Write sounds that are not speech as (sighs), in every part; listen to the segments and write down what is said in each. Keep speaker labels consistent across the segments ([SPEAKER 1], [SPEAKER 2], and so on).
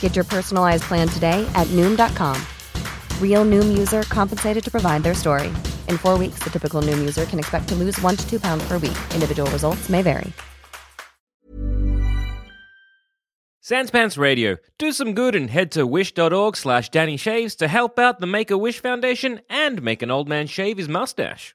[SPEAKER 1] Get your personalized plan today at Noom.com. Real Noom user compensated to provide their story. In four weeks, the typical Noom user can expect to lose one to two pounds per week. Individual results may vary.
[SPEAKER 2] Sanspants Radio. Do some good and head to wish.org slash Danny Shaves to help out the Make-A-Wish Foundation and make an old man shave his mustache.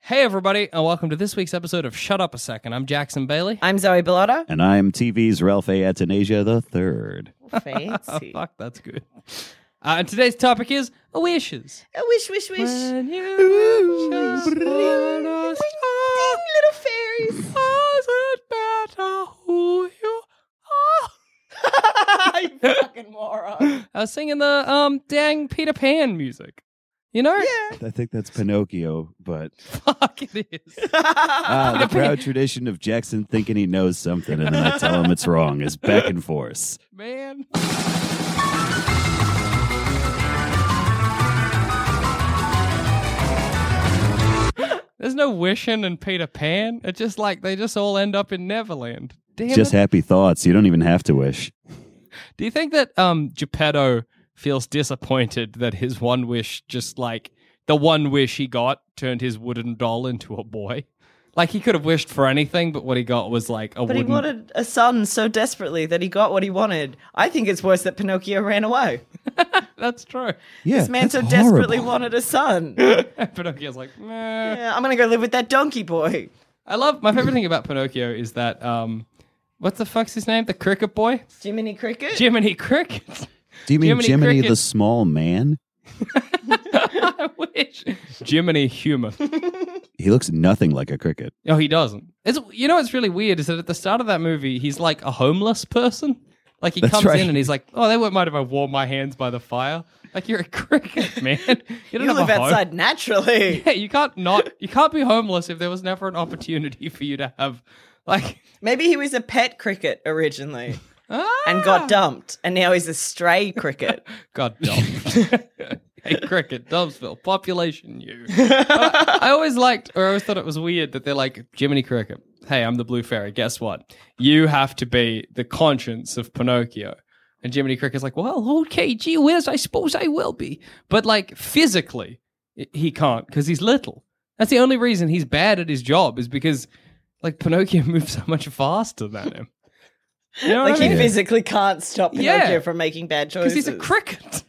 [SPEAKER 3] Hey, everybody, and welcome to this week's episode of Shut Up a Second. I'm Jackson Bailey. (laughs)
[SPEAKER 4] I'm Zoe Bellotta.
[SPEAKER 5] And I'm TV's Ralph A. Atanasia the Third.
[SPEAKER 4] Fancy.
[SPEAKER 3] Fuck, that's good. Uh, and today's topic is wishes.
[SPEAKER 4] A wish, wish, wish.
[SPEAKER 3] When you wish
[SPEAKER 4] Ding,
[SPEAKER 3] upon a star,
[SPEAKER 4] little fairies.
[SPEAKER 3] does it matter who you are?
[SPEAKER 4] (laughs)
[SPEAKER 3] (laughs)
[SPEAKER 4] you fucking moron.
[SPEAKER 3] I was singing the um dang Peter Pan music. You know?
[SPEAKER 4] Yeah.
[SPEAKER 5] I think that's Pinocchio, (laughs) but
[SPEAKER 3] (laughs) Fuck, it
[SPEAKER 4] (laughs)
[SPEAKER 3] is.
[SPEAKER 5] ah, the proud tradition of Jackson thinking he knows something and then I tell him it's wrong is back and forth.
[SPEAKER 3] Man. There's no wishing in Peter Pan. It's just like they just all end up in Neverland. Damn
[SPEAKER 5] Just
[SPEAKER 3] it.
[SPEAKER 5] happy thoughts. You don't even have to wish.
[SPEAKER 3] Do you think that um Geppetto feels disappointed that his one wish just like the one wish he got turned his wooden doll into a boy? Like he could have wished for anything, but what he got was like a
[SPEAKER 4] But he
[SPEAKER 3] wooden
[SPEAKER 4] wanted a son so desperately that he got what he wanted. I think it's worse that Pinocchio ran away.
[SPEAKER 3] (laughs) That's true. (laughs)
[SPEAKER 5] Yeah,
[SPEAKER 4] This man
[SPEAKER 5] that's
[SPEAKER 4] so desperately
[SPEAKER 5] horrible.
[SPEAKER 4] wanted a son. yeah,
[SPEAKER 3] Pinocchio's like, meh.
[SPEAKER 4] I'm going to go live with that donkey boy.
[SPEAKER 3] I love my favorite thing about Pinocchio is that um what the fuck's his name? The cricket boy?
[SPEAKER 4] Jiminy Cricket?
[SPEAKER 3] Jiminy Cricket. (laughs)
[SPEAKER 5] Do you mean
[SPEAKER 3] Jiminy
[SPEAKER 5] Jiminy,
[SPEAKER 3] Cricket.
[SPEAKER 5] the small man?
[SPEAKER 3] I wish. Jiminy human.
[SPEAKER 5] He looks nothing like a cricket.
[SPEAKER 3] No, Oh, he doesn't. It's you know what's really weird is that at the start of that movie he's like a homeless person. Like he
[SPEAKER 5] That's
[SPEAKER 3] comes
[SPEAKER 5] right.
[SPEAKER 3] in and he's like, "Oh, they wouldn't mind if I warm my hands by the fire." Like you're a (laughs) cricket man. You
[SPEAKER 4] you
[SPEAKER 3] don't have
[SPEAKER 4] live
[SPEAKER 3] a home. (laughs)
[SPEAKER 4] outside naturally.
[SPEAKER 3] Yeah, you can't not. You can't be homeless if there was never an opportunity for you to have, like,
[SPEAKER 4] Maybe he was a pet cricket originally
[SPEAKER 3] ah,
[SPEAKER 4] and got dumped, and now he's a
[SPEAKER 3] (laughs)
[SPEAKER 4] stray cricket. (laughs)
[SPEAKER 3] God dumb. hey, cricket, Dumpsville,
[SPEAKER 4] (laughs)
[SPEAKER 3] population you. I, I always liked, or I always thought it was weird that they're like Jiminy Cricket. hey, I'm the blue fairy. Guess what? You have to be the conscience of Pinocchio. And Jiminy Cricket's like, well, okay, gee whiz, I suppose I will be. But like physically, i- he can't because he's little. That's the only reason he's bad at his job is because like Pinocchio (laughs) moves so much faster than him. You know what I
[SPEAKER 4] Like
[SPEAKER 3] mean?
[SPEAKER 4] he physically can't stop
[SPEAKER 3] Yeah.
[SPEAKER 4] Pinocchio from making bad choices.
[SPEAKER 3] Because he's a cricket.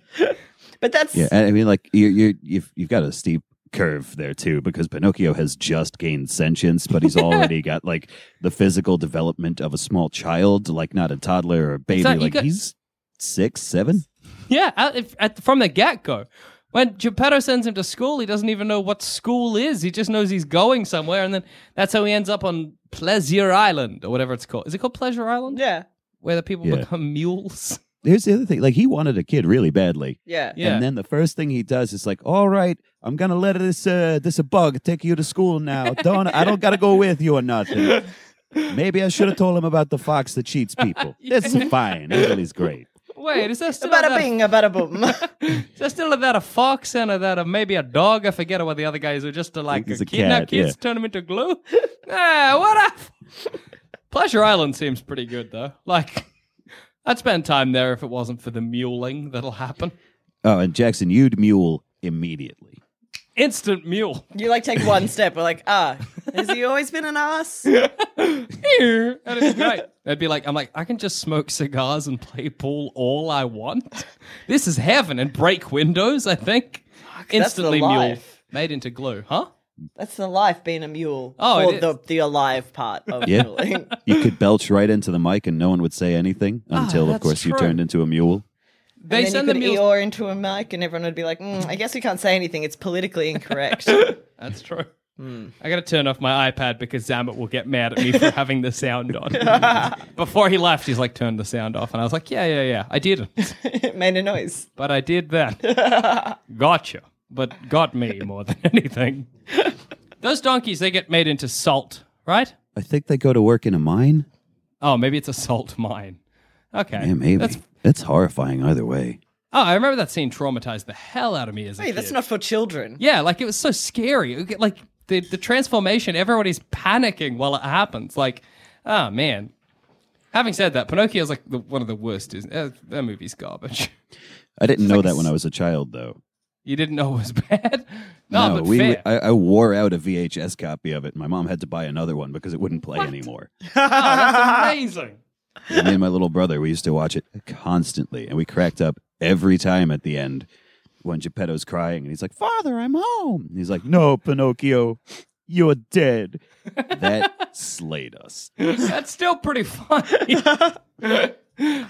[SPEAKER 4] But that's
[SPEAKER 5] Yeah, and I mean, like you, you, you've you've got a steep curve there too, because Pinocchio has just gained sentience, but
[SPEAKER 3] (laughs)
[SPEAKER 5] he's already got like the physical development of a small child, like not a toddler or a baby.
[SPEAKER 3] not- you
[SPEAKER 5] like
[SPEAKER 3] got-
[SPEAKER 5] he's six, seven.
[SPEAKER 3] Yeah, at, if- at, from the get go. When Geppetto sends him to school, he doesn't even know what school is. He just knows he's going somewhere, and then that's how he ends up on Pleasure Island or whatever it's called. Is it called Pleasure Island?
[SPEAKER 4] yeah,
[SPEAKER 3] Where the people
[SPEAKER 5] Yeah.
[SPEAKER 3] become mules. (laughs)
[SPEAKER 5] Here's the other thing: like he wanted a kid really badly.
[SPEAKER 4] yeah,
[SPEAKER 3] Yeah.
[SPEAKER 5] And then the first thing he does is like, "All right, I'm gonna let this uh, this a bug take you to school now. Don't I don't gotta go with you or
[SPEAKER 3] (laughs)
[SPEAKER 5] nothing. Maybe I should have told him about the fox that cheats
[SPEAKER 3] (laughs)
[SPEAKER 5] people. That's fine. Italy's great.
[SPEAKER 3] Wait, is that still
[SPEAKER 4] Bada
[SPEAKER 3] about,
[SPEAKER 4] bing, a
[SPEAKER 3] (laughs)
[SPEAKER 4] bada boom. (laughs)
[SPEAKER 3] is that still about a fox and about a, maybe a dog? I forget what the other guys are just to like
[SPEAKER 5] it's a
[SPEAKER 3] kidnap
[SPEAKER 5] cat,
[SPEAKER 3] kids,
[SPEAKER 5] yeah.
[SPEAKER 3] turn them into glue. (laughs) ah, what a Pleasure Island seems pretty good though. Like, (laughs) I'd spend time there if it wasn't for the muling that'll happen.
[SPEAKER 5] Oh, and Jackson, you'd mule immediately.
[SPEAKER 3] Instant mule.
[SPEAKER 4] you like take one step. We're like, ah, has he always been an ass? (laughs)
[SPEAKER 3] Here. That'd be great. That'd be like, I'm like, I can just smoke cigars and play pool all I want. This is heaven and break windows, I think.
[SPEAKER 4] that's the
[SPEAKER 3] Instantly mule.
[SPEAKER 4] life.
[SPEAKER 3] Made into glue, huh?
[SPEAKER 4] That's the life being a mule.
[SPEAKER 3] Oh,
[SPEAKER 4] or
[SPEAKER 3] it
[SPEAKER 4] the the alive part of
[SPEAKER 5] Yeah.
[SPEAKER 3] (laughs)
[SPEAKER 4] muling.
[SPEAKER 5] You could belch right into the mic and no one would say anything until, of
[SPEAKER 3] Ah, that's
[SPEAKER 5] course, you
[SPEAKER 3] true.
[SPEAKER 5] turned into a mule.
[SPEAKER 3] They
[SPEAKER 4] and then
[SPEAKER 3] send
[SPEAKER 4] you
[SPEAKER 3] the
[SPEAKER 4] could
[SPEAKER 3] mules.
[SPEAKER 4] Eeyore into a mic, and everyone would be like, mm, I guess we can't say anything. It's politically incorrect.
[SPEAKER 3] (laughs)
[SPEAKER 4] (laughs)
[SPEAKER 3] That's true.
[SPEAKER 4] Hmm.
[SPEAKER 3] I gotta turn off my iPad because Zamet will get mad at me
[SPEAKER 4] (laughs)
[SPEAKER 3] for having the sound on. Before he left, he's like, turn the sound off. And I was like, yeah, yeah, yeah. I
[SPEAKER 4] (laughs)
[SPEAKER 3] didn't.
[SPEAKER 4] it made a noise.
[SPEAKER 3] But I did
[SPEAKER 4] (laughs)
[SPEAKER 3] that. gotcha. But got me more than (laughs)
[SPEAKER 4] (laughs)
[SPEAKER 3] anything. Those donkeys, they get made into salt, right?
[SPEAKER 5] I think they go to work in a mine.
[SPEAKER 3] Oh, maybe it's a salt (laughs) mine. Okay.
[SPEAKER 5] Yeah, maybe.
[SPEAKER 3] That's,
[SPEAKER 5] That's, horrifying either way.
[SPEAKER 3] oh, I remember that scene traumatized the hell out of me as a
[SPEAKER 4] Hey, that's
[SPEAKER 3] kid.
[SPEAKER 4] not for children.
[SPEAKER 3] Yeah, like it was so scary. It get- Like the, the transformation, everybody's panicking while it happens. Like, oh, man. Having said that, Pinocchio's like the, one of the worst. Is uh, that movie's garbage? (laughs)
[SPEAKER 5] I didn't know that when I was a child, though.
[SPEAKER 3] You didn't know it was (laughs) bad. No, but
[SPEAKER 5] we,
[SPEAKER 3] fair.
[SPEAKER 5] I, I wore out a VHS copy of it. My mom had to buy another one because it wouldn't play anymore.
[SPEAKER 3] Oh, that's amazing.
[SPEAKER 5] And me and my little brother, we used to watch it constantly, and we cracked up every time at the end when Geppetto's crying, and he's like, "Father, I'm home." And he's like, "No, Pinocchio, you're dead." that slayed us.
[SPEAKER 3] That's still pretty funny.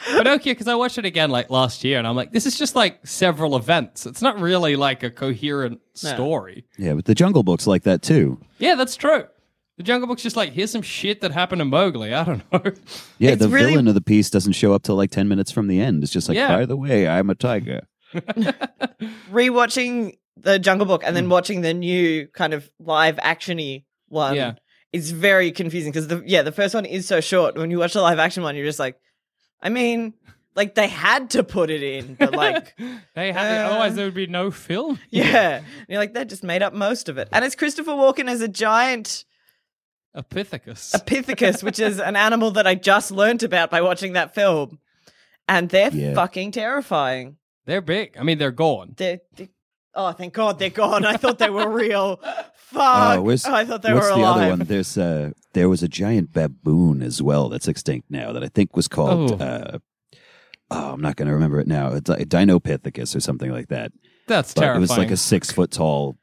[SPEAKER 3] Pinocchio, because I watched it again like last year, and I'm like, this is just like several events. It's not really like a coherent story.
[SPEAKER 5] Yeah, but the Jungle Book's like that too.
[SPEAKER 3] Yeah, that's true. The Jungle Book's just like, here's some shit that happened to Mowgli. I don't know. (laughs)
[SPEAKER 5] Yeah,
[SPEAKER 4] It's
[SPEAKER 5] the
[SPEAKER 4] really-
[SPEAKER 5] villain of the piece doesn't show up till like ten minutes from the end. It's just like,
[SPEAKER 3] Yeah.
[SPEAKER 5] by the way, I'm a tiger.
[SPEAKER 4] Rewatching the Jungle Book and then watching the new kind of live actiony one
[SPEAKER 3] Yeah.
[SPEAKER 4] is very confusing because the yeah the first one is so short. When you watch the live action one, you're just like, I mean, like they had to put it in,
[SPEAKER 3] (laughs)
[SPEAKER 4] but like.
[SPEAKER 3] They have it,
[SPEAKER 4] Uh,
[SPEAKER 3] otherwise there would be no film.
[SPEAKER 4] Yeah. And you're like, that just made up most of it. And it's Christopher Walken as a giant
[SPEAKER 3] Epithecus.
[SPEAKER 4] Epithecus, which is an animal that I just learnt about by watching that film. And they're
[SPEAKER 5] Yeah.
[SPEAKER 4] fucking terrifying.
[SPEAKER 3] They're big. I mean, they're gone.
[SPEAKER 4] They're, they- oh, thank God they're gone. I thought they were real. Fuck.
[SPEAKER 5] (laughs) Oh, where's-
[SPEAKER 4] Uh, I thought they
[SPEAKER 5] what's
[SPEAKER 4] were
[SPEAKER 5] the
[SPEAKER 4] alive.
[SPEAKER 5] other one? There's uh, there was a giant baboon as well that's extinct now that I think was called.
[SPEAKER 3] Oh.
[SPEAKER 5] Uh, oh, I'm not going to remember it now. It's like Dinopithecus or something like that.
[SPEAKER 3] That's
[SPEAKER 5] But
[SPEAKER 3] terrifying.
[SPEAKER 5] it was like a six foot tall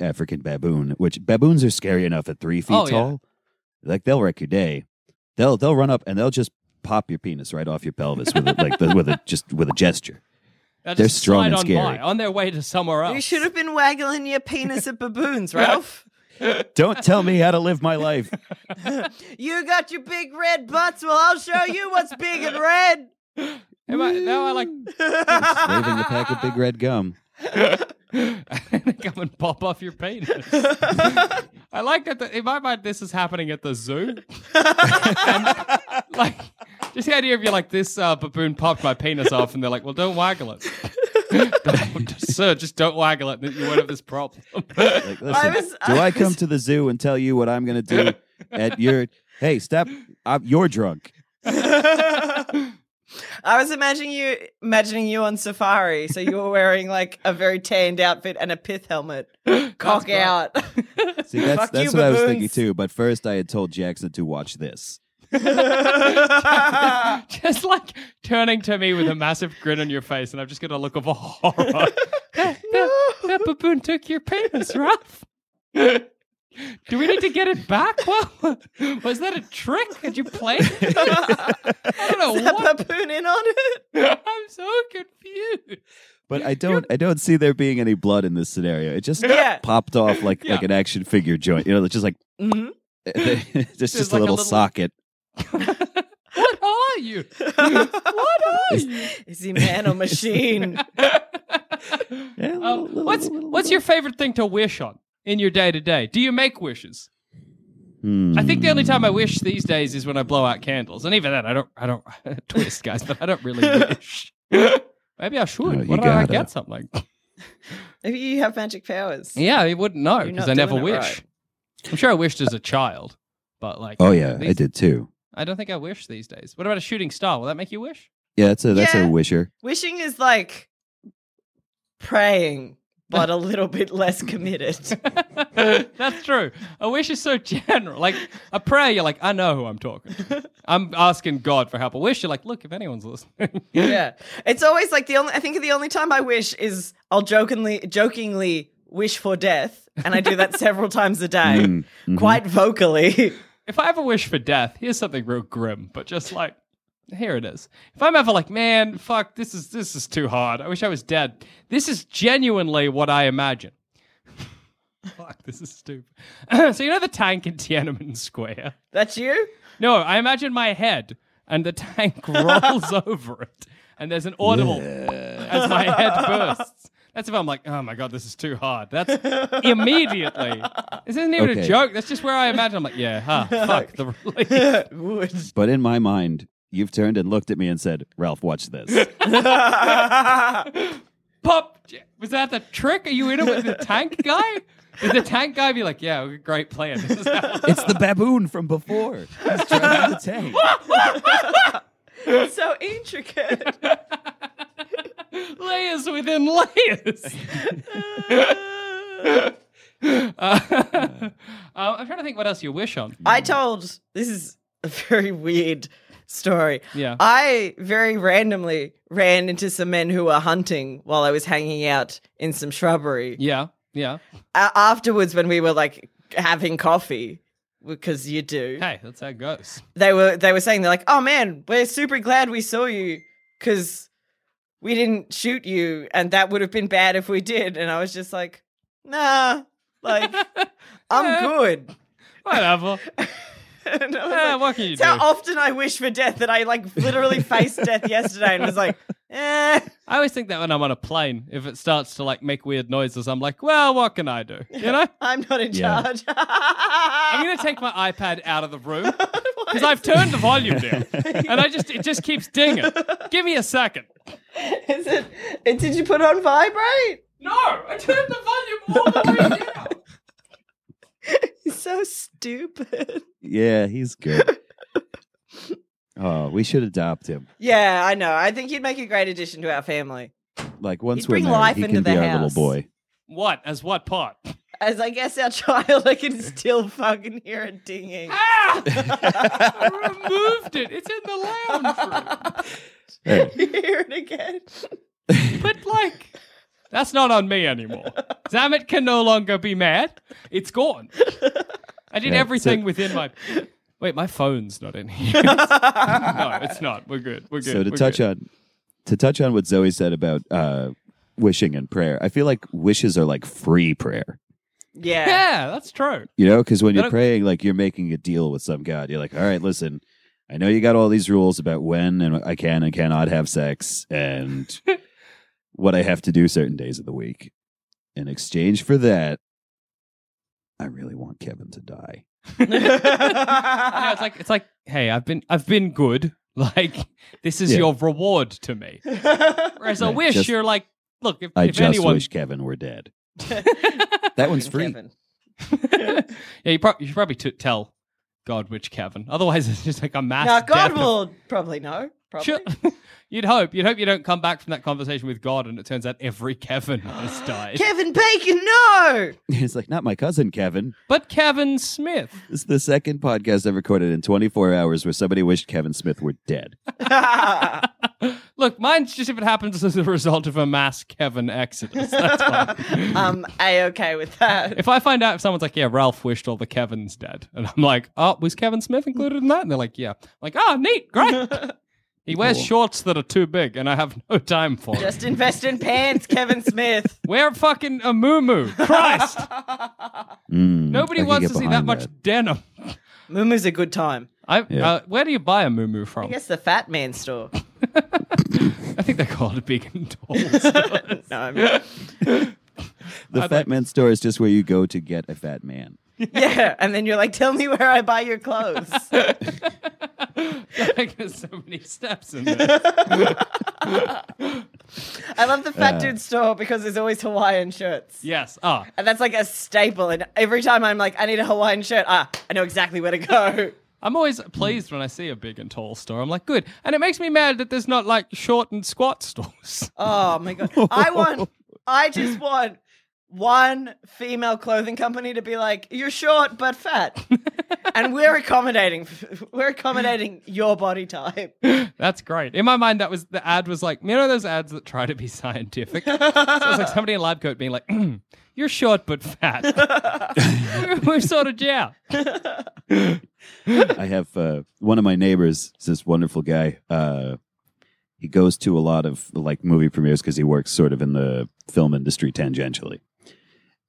[SPEAKER 5] African baboon, which baboons are scary enough at three feet
[SPEAKER 3] Oh, yeah.
[SPEAKER 5] tall. Like they'll wreck your day. They'll they'll run up and they'll just pop your penis right off your pelvis with a, like the, with a just with a gesture.
[SPEAKER 3] They'll
[SPEAKER 5] they're
[SPEAKER 3] just
[SPEAKER 5] strong
[SPEAKER 3] slide
[SPEAKER 5] and
[SPEAKER 3] on
[SPEAKER 5] scary.
[SPEAKER 3] By, on their way to somewhere else.
[SPEAKER 4] You should have been waggling your penis
[SPEAKER 5] (laughs)
[SPEAKER 4] at baboons, Ralph.
[SPEAKER 5] Don't tell me how to live my life.
[SPEAKER 4] you got your big red butts. Well, I'll show you what's big and
[SPEAKER 5] (laughs)
[SPEAKER 4] red.
[SPEAKER 3] Am I, now I like
[SPEAKER 5] Waving the pack of big red gum.
[SPEAKER 3] (laughs) come and pop off your penis. I like that. The, in my mind, this is happening at the zoo. And, like, just the idea of you like this uh, baboon popped my penis off, and they're like, "Well, don't waggle it, (laughs) Don't- sir. Just don't waggle it. You won't have this problem."
[SPEAKER 5] Like, listen,
[SPEAKER 4] was-
[SPEAKER 5] do
[SPEAKER 4] I
[SPEAKER 5] I come to the zoo and tell you what I'm going to do at your Hey, stop. I'm, you're drunk.
[SPEAKER 4] I was imagining you imagining you on safari, so you were wearing like a very tanned outfit and a pith
[SPEAKER 5] (gasps)
[SPEAKER 4] helmet, cock
[SPEAKER 5] (laughs)
[SPEAKER 4] out.
[SPEAKER 5] See, that's
[SPEAKER 4] Fuck
[SPEAKER 5] that's
[SPEAKER 4] you,
[SPEAKER 5] what I was thinking
[SPEAKER 4] baboons.
[SPEAKER 5] too. But first, I had told Jackson to watch this.
[SPEAKER 3] (laughs) just like turning to me with a massive grin on your face, and I'm just gonna look of horror. (laughs) that, that- that baboon took your penis, Ralph. Do we need to get it back? (laughs) Well, was that a trick? Did you play? it? (laughs) I don't
[SPEAKER 4] (laughs)
[SPEAKER 3] know
[SPEAKER 4] That
[SPEAKER 3] what.
[SPEAKER 4] baboon in on it.
[SPEAKER 3] (laughs) I'm so confused.
[SPEAKER 5] But I don't I don't see there being any blood in this scenario. It just
[SPEAKER 4] Yeah.
[SPEAKER 5] popped off like
[SPEAKER 3] Yeah.
[SPEAKER 5] like an action figure joint. You know, it's just like
[SPEAKER 4] Mhm.
[SPEAKER 5] it's (laughs) just,
[SPEAKER 3] There's
[SPEAKER 5] a
[SPEAKER 3] like a
[SPEAKER 5] little
[SPEAKER 3] little-
[SPEAKER 5] socket.
[SPEAKER 3] What are you? What are you?
[SPEAKER 4] Is he man or machine?
[SPEAKER 5] Yeah,
[SPEAKER 3] Um,
[SPEAKER 5] little- little-
[SPEAKER 3] what's
[SPEAKER 5] little-
[SPEAKER 3] what's your favorite thing to wish on in your day to day? Do you make wishes? I think the only
[SPEAKER 5] Hmm.
[SPEAKER 3] time I wish these days is when I blow out candles, and even then, I don't. I don't (laughs) twist, guys, but I don't really
[SPEAKER 5] (laughs)
[SPEAKER 3] wish. Maybe I should.
[SPEAKER 5] No, you
[SPEAKER 3] Why don't I
[SPEAKER 5] gotta.
[SPEAKER 3] get something?
[SPEAKER 4] Maybe you have magic powers.
[SPEAKER 3] Yeah, you wouldn't know
[SPEAKER 4] You're
[SPEAKER 3] because I
[SPEAKER 4] not
[SPEAKER 3] never
[SPEAKER 4] doing
[SPEAKER 3] wish.
[SPEAKER 4] it right.
[SPEAKER 3] I'm sure I wished as a child, but like,
[SPEAKER 5] Oh yeah, I
[SPEAKER 3] these-
[SPEAKER 5] did too.
[SPEAKER 3] I don't think I wish these days. What about a shooting star? Will that make you wish?
[SPEAKER 5] Yeah, that's a that's
[SPEAKER 4] Yeah.
[SPEAKER 5] a wisher.
[SPEAKER 4] Wishing is like praying, but a little bit less committed.
[SPEAKER 3] That's true. A wish is so (laughs) general. Like a prayer, you're like, I know who I'm talking.
[SPEAKER 4] (laughs)
[SPEAKER 3] to. I'm asking God for help. A wish, you're like, look, if anyone's listening,
[SPEAKER 4] yeah, it's always like the only. I think the only time I wish is I'll jokingly, jokingly wish for death, and I do that several times a day, quite vocally. (laughs)
[SPEAKER 3] if I ever wish for death, here's something real grim, but just like here it is. If I'm ever like, man, fuck, this is this is too hard. I wish I was dead. This is genuinely what I imagine. (laughs) fuck, this is stupid. (laughs) so you know the tank in (laughs) Tiananmen Square?
[SPEAKER 4] That's you.
[SPEAKER 3] No, I imagine my head and the tank rolls over it and there's an audible as my head bursts. That's if I'm like, oh my god, this is too hard. That's immediately. This isn't even a
[SPEAKER 5] Okay.
[SPEAKER 3] joke. That's just where I imagine. I'm like, yeah, huh, fuck the relief.
[SPEAKER 5] But in my mind, you've turned and looked at me and said, "Ralph, watch this."
[SPEAKER 3] Pop, was that the trick? Are you in it with the tank guy? Did the tank guy be like, yeah, great plan? This is how-
[SPEAKER 5] it's the baboon from before. He's trying to tank.
[SPEAKER 4] so intricate.
[SPEAKER 3] layers within layers. (laughs) Uh, (laughs) uh, I'm trying to think what else you wish on.
[SPEAKER 4] I told this is a very weird story.
[SPEAKER 3] Yeah.
[SPEAKER 4] I very randomly ran into some men who were hunting while I was hanging out in some shrubbery.
[SPEAKER 3] Yeah, yeah.
[SPEAKER 4] A- afterwards, when we were like having coffee, because you do,
[SPEAKER 3] Hey, that's how it goes.
[SPEAKER 4] they were they were saying they're like, "Oh man, we're super glad we saw you because we didn't shoot you, and that would have been bad if we did." And I was just like, "Nah,
[SPEAKER 3] (laughs)
[SPEAKER 4] like I'm good."
[SPEAKER 3] Whatever.
[SPEAKER 4] And I was
[SPEAKER 3] Eh,
[SPEAKER 4] like,
[SPEAKER 3] what can you
[SPEAKER 4] it's how
[SPEAKER 3] do?
[SPEAKER 4] often I wish for death that I like
[SPEAKER 3] (laughs)
[SPEAKER 4] literally faced death yesterday and was like, eh.
[SPEAKER 3] I always think that when I'm on a plane, if it starts to like make weird noises, I'm like, well, what can I do? You know?
[SPEAKER 4] I'm not in
[SPEAKER 5] Yeah.
[SPEAKER 4] charge. (laughs)
[SPEAKER 3] I'm gonna take my iPad out of the room because I've turned the volume down, and I just it just keeps dinging. Give me a second.
[SPEAKER 4] Is it, it? Did you put on vibrate?
[SPEAKER 3] No, I turned the volume all the way down.
[SPEAKER 4] It's so stupid.
[SPEAKER 5] (laughs) Yeah, he's good. Oh, we should adopt him.
[SPEAKER 4] Yeah, I know. I think he'd make a great addition to our family.
[SPEAKER 5] Like once
[SPEAKER 4] He'd
[SPEAKER 5] we're
[SPEAKER 4] bring
[SPEAKER 5] married,
[SPEAKER 4] life
[SPEAKER 5] he
[SPEAKER 4] into
[SPEAKER 5] can be
[SPEAKER 4] the
[SPEAKER 5] our little
[SPEAKER 4] house.
[SPEAKER 5] boy.
[SPEAKER 3] What as what part?
[SPEAKER 4] As I guess our (laughs) child, I can still fucking hear it dinging.
[SPEAKER 3] (laughs) Ah! I removed it. It's in the lounge room.
[SPEAKER 5] Hey,
[SPEAKER 4] You (laughs) hear
[SPEAKER 3] (laughs)
[SPEAKER 4] it again.
[SPEAKER 3] But like, that's not on me
[SPEAKER 4] (laughs)
[SPEAKER 3] anymore. Zamet can no longer be mad. It's gone. I did
[SPEAKER 5] Yeah,
[SPEAKER 3] everything
[SPEAKER 5] so-
[SPEAKER 3] within my. Wait, my phone's not in
[SPEAKER 4] (laughs)
[SPEAKER 3] here. (laughs) no, it's not. We're good. We're good.
[SPEAKER 5] so to touch on to touch on what Zoe said about uh, wishing and prayer, I feel like wishes are like free prayer.
[SPEAKER 3] (laughs)
[SPEAKER 4] Yeah.
[SPEAKER 3] Yeah, that's true.
[SPEAKER 5] You know, because when
[SPEAKER 3] They
[SPEAKER 5] you're
[SPEAKER 3] don't-
[SPEAKER 5] praying, like you're making a deal with some god. You're like, all right, listen, I know you got all these rules about when and I can and cannot have sex
[SPEAKER 3] (laughs)
[SPEAKER 5] and what I have to do certain days of the week. In exchange for that, I really want Kevin to die.
[SPEAKER 3] I know, it's
[SPEAKER 4] (laughs)
[SPEAKER 3] like it's like, hey, I've been I've been good. (laughs) Like this is
[SPEAKER 5] Yeah.
[SPEAKER 3] your reward to me. Whereas a
[SPEAKER 5] Yeah,
[SPEAKER 3] wish,
[SPEAKER 5] just-
[SPEAKER 3] you're like, look, if,
[SPEAKER 5] I
[SPEAKER 3] if
[SPEAKER 5] just
[SPEAKER 3] anyone, (laughs)
[SPEAKER 5] wish Kevin were dead. that one's free.
[SPEAKER 4] (laughs) Kevin.
[SPEAKER 3] yeah, you, prob- you should probably t- tell God, which cavern? Otherwise, (laughs) it's just like a mass.
[SPEAKER 4] Now, God
[SPEAKER 3] death of-
[SPEAKER 4] will probably know. Probably.
[SPEAKER 3] Sure. you'd hope. You'd hope you don't come back from that conversation with God, and it turns out every (laughs) Kevin has died.
[SPEAKER 4] Kevin Bacon, no!
[SPEAKER 5] (laughs)
[SPEAKER 4] (laughs)
[SPEAKER 5] It's like, not my cousin, Kevin.
[SPEAKER 3] but Kevin Smith.
[SPEAKER 5] This is the second podcast I've recorded in 24 hours where somebody wished Kevin Smith were
[SPEAKER 3] (laughs)
[SPEAKER 5] dead.
[SPEAKER 3] Look, mine's just if it happens as a result of a mass Kevin exodus.
[SPEAKER 4] (laughs)
[SPEAKER 3] That's fine.
[SPEAKER 4] I'm a okay with that.
[SPEAKER 3] if I find out if someone's like, yeah, Ralph wished all the Kevins dead, and I'm like, oh, was Kevin Smith included in that? And they're like, yeah. I'm like, oh, neat,
[SPEAKER 4] (laughs)
[SPEAKER 3] great. He wears shorts that are too big, and I have no time for it.
[SPEAKER 4] Just invest in pants, Kevin Smith.
[SPEAKER 3] Wear fucking a muumuu.
[SPEAKER 4] (laughs)
[SPEAKER 3] Christ.
[SPEAKER 5] Mm,
[SPEAKER 3] Nobody
[SPEAKER 5] I could
[SPEAKER 3] wants
[SPEAKER 5] get
[SPEAKER 3] to see that
[SPEAKER 5] behind
[SPEAKER 3] much denim.
[SPEAKER 4] Moomoo's a good time.
[SPEAKER 3] I,
[SPEAKER 5] Yeah.
[SPEAKER 3] uh, where do you buy a muumuu from?
[SPEAKER 4] I guess the Fat Man store. (laughs)
[SPEAKER 3] I think they call it big and tall.
[SPEAKER 4] No, I mean,
[SPEAKER 5] The
[SPEAKER 3] I'd
[SPEAKER 5] Fat
[SPEAKER 3] like-
[SPEAKER 5] Man store is just where you go to get a fat man.
[SPEAKER 4] yeah, and then you're like, tell me where I buy your clothes.
[SPEAKER 3] (laughs) like there's so many steps in there.
[SPEAKER 4] I love the Fat Dude store because there's always Hawaiian shirts.
[SPEAKER 3] yes. Ah.
[SPEAKER 4] And that's like a staple. And every time I'm like, I need a Hawaiian shirt, ah, I know exactly where to go.
[SPEAKER 3] I'm always pleased when I see a big and tall store. I'm like, good. And it makes me mad that there's not like short and squat (laughs) stores.
[SPEAKER 4] Oh my god. I want
[SPEAKER 5] (laughs)
[SPEAKER 4] I just want one female clothing company to be like, you're short but fat. and we're accommodating (laughs) we're accommodating your body type.
[SPEAKER 3] That's great. In my mind, that was the ad was like, you know, those ads that try to be scientific. so it's like somebody in a lab coat being like, "Hmm, "You're short but fat." (laughs) We're sort of yeah.
[SPEAKER 5] (laughs) I have uh, one of my neighbors, is this wonderful guy. Uh, he goes to a lot of like movie premieres because he works sort of in the film industry tangentially.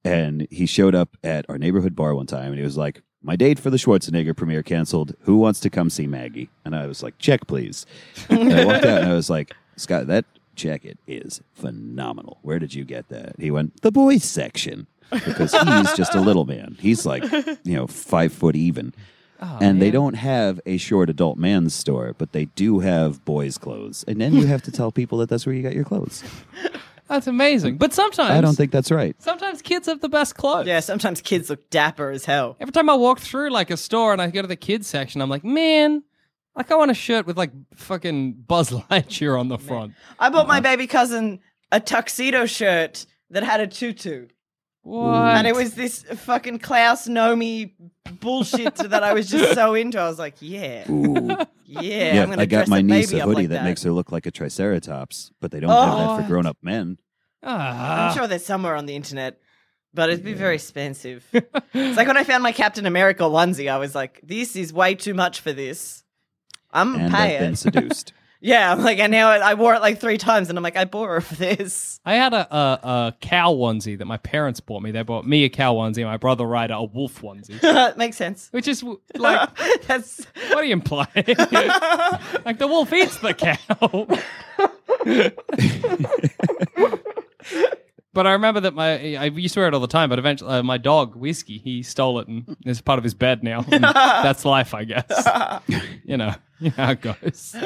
[SPEAKER 5] And he showed up at our neighborhood bar one time and he was like, My date for the Schwarzenegger premiere canceled. Who wants to come see Maggie? And I was like, Check, please. And I walked out and I was like, Scott, that jacket is phenomenal. Where did you get that? He went, The boys section. Because he's just a little man. He's like, you know, five foot even
[SPEAKER 4] Oh,
[SPEAKER 5] and they don't have a short adult man's store, but they do have boys' clothes. And then you have to tell people that that's where you got your
[SPEAKER 4] (laughs)
[SPEAKER 5] clothes.
[SPEAKER 3] That's amazing. But sometimes
[SPEAKER 5] I don't think that's right.
[SPEAKER 3] sometimes kids have the best clothes.
[SPEAKER 4] Yeah, sometimes kids look dapper as hell.
[SPEAKER 3] Every time I walk through like a store and I go to the kids section, I'm like, man, like I want a shirt with like fucking Buzz (laughs) Lightyear on the front.
[SPEAKER 4] I bought
[SPEAKER 5] Uh-huh.
[SPEAKER 4] my baby cousin a tuxedo shirt that had a tutu.
[SPEAKER 3] What?
[SPEAKER 4] And it was this fucking Klaus Nomi bullshit that I was just
[SPEAKER 5] (laughs)
[SPEAKER 4] so into. I was like, yeah,
[SPEAKER 5] Ooh.
[SPEAKER 4] (laughs) yeah. I'm
[SPEAKER 5] yeah,
[SPEAKER 4] gonna
[SPEAKER 5] I got
[SPEAKER 4] dress
[SPEAKER 5] my
[SPEAKER 4] the
[SPEAKER 5] niece
[SPEAKER 4] baby
[SPEAKER 5] a
[SPEAKER 4] up
[SPEAKER 5] hoodie
[SPEAKER 4] like
[SPEAKER 5] that.
[SPEAKER 4] that
[SPEAKER 5] makes her look like a triceratops, but they don't
[SPEAKER 4] Oh.
[SPEAKER 5] have that for grown up
[SPEAKER 4] (laughs)
[SPEAKER 5] men.
[SPEAKER 3] Ah.
[SPEAKER 4] I'm sure there's somewhere on the internet, but it'd be very expensive. it's like when I found my Captain America onesie, I was like, this is way too much for this. I'm
[SPEAKER 5] And
[SPEAKER 4] pay
[SPEAKER 5] I've been
[SPEAKER 4] it. (laughs)
[SPEAKER 5] seduced.
[SPEAKER 4] Yeah, I'm like, and now I I wore it like three times, and I'm like, I bore her for (laughs) this.
[SPEAKER 3] I had a, a, a cow onesie that my parents bought me. They bought me a cow onesie, my brother Ryder a wolf onesie, (laughs)
[SPEAKER 4] Makes sense. (laughs)
[SPEAKER 3] which is like,
[SPEAKER 4] That's (laughs)
[SPEAKER 3] what do you imply? like the wolf eats the cow. but I remember that my I used to wear it all the time. But eventually, uh, my dog Whiskey he stole it and it's part of his bed now. And that's life, I guess. you know, (laughs) you know how it goes.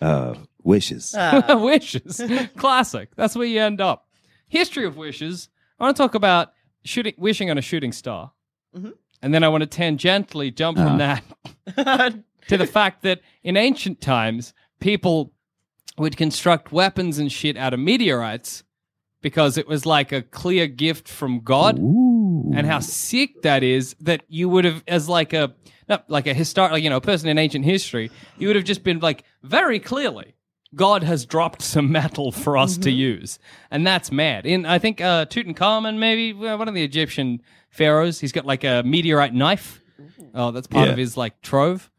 [SPEAKER 5] Uh, wishes.
[SPEAKER 3] (laughs) wishes. Classic. That's where you end up. History of wishes. I want to talk about shooting, wishing on a shooting star, and then I want to tangentially jump from that to the fact that in ancient times people would construct weapons and shit out of meteorites because it was like a clear gift from God and how sick that is that you would have as like a not like a historic like, you know a person in ancient history you would have just been like very clearly god has dropped some metal for us to use and that's mad in i think uh tutankhamun maybe well, one of the egyptian pharaohs he's got like a meteorite knife oh that's part
[SPEAKER 5] Yeah.
[SPEAKER 3] of his like trove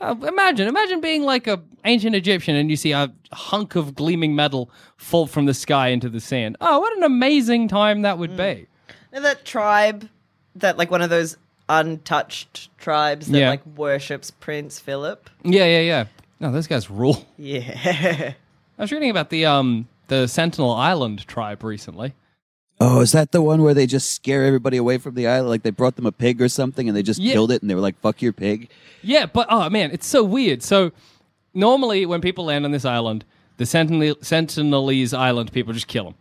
[SPEAKER 3] uh, imagine, imagine being like a ancient Egyptian and you see a hunk of gleaming metal fall from the sky into the sand. Oh, what an amazing time that would be!
[SPEAKER 4] You know that tribe, that like one of those untouched tribes that
[SPEAKER 3] Yeah.
[SPEAKER 4] like worships Prince Philip.
[SPEAKER 3] Yeah, yeah, yeah. No, those guys rule.
[SPEAKER 4] Yeah.
[SPEAKER 3] I was reading about the um the Sentinel Island tribe recently.
[SPEAKER 5] Oh, is that the one where they just scare everybody away from the island? Like they brought them a pig or something and they just
[SPEAKER 3] Yeah.
[SPEAKER 5] killed it and they were like, fuck your pig.
[SPEAKER 3] Yeah, but oh man, it's so weird. So normally when people land on this island, the Sentinel- Sentinelese Island people just kill them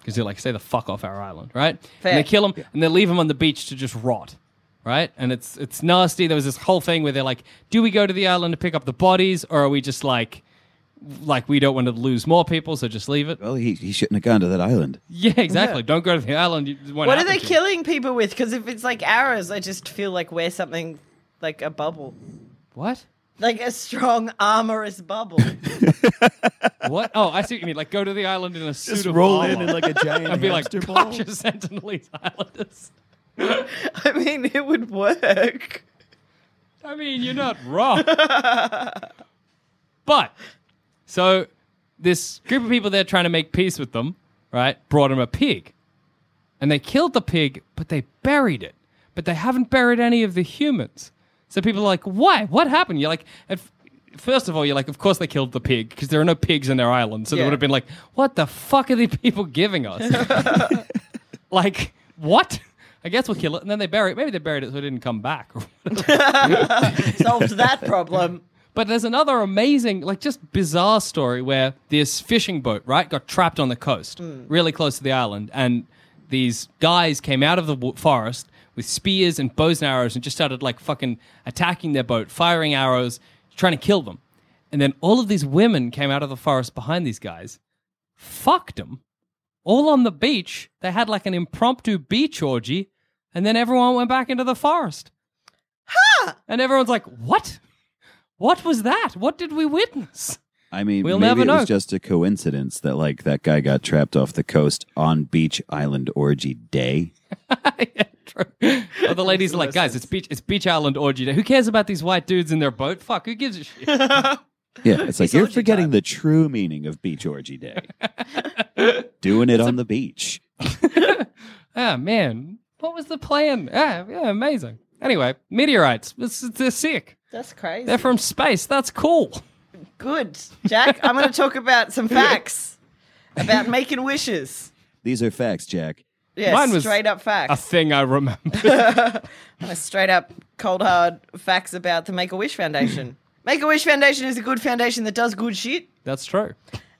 [SPEAKER 3] because they're like, "Stay the fuck off our island," right?
[SPEAKER 4] Fair.
[SPEAKER 3] And they kill them and they leave them on the beach to just rot. right? And it's it's nasty. There was this whole thing where they're like, do we go to the island to pick up the bodies, or are we just like, like we don't want to lose more people, so just leave it?
[SPEAKER 5] Well, he, he shouldn't have gone to that island.
[SPEAKER 3] Yeah, exactly. Don't go to the island. You won't
[SPEAKER 4] What are (laughs)
[SPEAKER 3] happen
[SPEAKER 4] they
[SPEAKER 3] to you.
[SPEAKER 4] killing people with? Because if it's like arrows, I just feel like we're something like a bubble,
[SPEAKER 3] What?
[SPEAKER 4] like a strong armorous bubble.
[SPEAKER 3] What? Oh, I see what you mean. Like go to the island in a suit
[SPEAKER 5] Just
[SPEAKER 3] of
[SPEAKER 5] roll
[SPEAKER 3] armor
[SPEAKER 5] in in (laughs) like a giant
[SPEAKER 3] and be like,
[SPEAKER 5] hamster ball.
[SPEAKER 3] capture Sentinelese Islanders.
[SPEAKER 4] I mean, it would work.
[SPEAKER 3] I mean, you're not wrong. but so this group of people there trying to make peace with them, right? Brought him a pig, and they killed the pig, but they buried it. But they haven't buried any of the humans. So people are like, "Why? What happened?" You're like, at f- first of all, you're like, "Of course they killed the pig because there are no pigs in their island." So they
[SPEAKER 4] Yeah.
[SPEAKER 3] would have been like, "What the fuck are these people giving us?" (laughs) like, what? I guess we'll kill it, and then they bury it. Maybe they buried it so it didn't come back. (laughs)
[SPEAKER 4] Solved that problem.
[SPEAKER 3] But there's another amazing, like just bizarre story where this fishing boat, right, got trapped on the coast, really close to the island, and these guys came out of the w- forest with spears and bows and arrows and just started like fucking attacking their boat, firing arrows, trying to kill them. And then all of these women came out of the forest behind these guys, fucked them, all on the beach. They had like an impromptu beach orgy, and then everyone went back into the forest. Ha! And everyone's like, what? What was that? What did we witness? (laughs)
[SPEAKER 5] I mean,
[SPEAKER 3] We'll
[SPEAKER 5] maybe
[SPEAKER 3] never
[SPEAKER 5] it
[SPEAKER 3] know.
[SPEAKER 5] was just a coincidence that like that guy got trapped off the coast on Beach Island Orgy Day.
[SPEAKER 3] yeah,
[SPEAKER 5] (laughs)
[SPEAKER 3] true. Or the ladies are like, guys, it's beach, it's beach island orgy day. Who cares about these white dudes in their boat? Fuck, who gives
[SPEAKER 5] (laughs)
[SPEAKER 3] a shit?
[SPEAKER 5] Yeah, it's like you're
[SPEAKER 4] orgy
[SPEAKER 5] forgetting
[SPEAKER 4] time.
[SPEAKER 5] the true meaning of Beach Orgy Day. Doing it on the beach.
[SPEAKER 3] ah, man, what was the plan? Ah, yeah, amazing. Anyway, meteorites, this, is- they're sick.
[SPEAKER 4] That's crazy.
[SPEAKER 3] They're from space. That's cool.
[SPEAKER 4] Good, Jack. I'm going to talk about some facts about making wishes.
[SPEAKER 5] These are facts, Jack.
[SPEAKER 4] Yeah,
[SPEAKER 3] Mine was
[SPEAKER 4] straight up
[SPEAKER 3] A
[SPEAKER 4] facts.
[SPEAKER 3] thing I remember.
[SPEAKER 5] (laughs)
[SPEAKER 4] Uh, straight up cold hard facts about the Make a Wish Foundation. Make a Wish Foundation is a good foundation that does good shit.
[SPEAKER 3] That's true.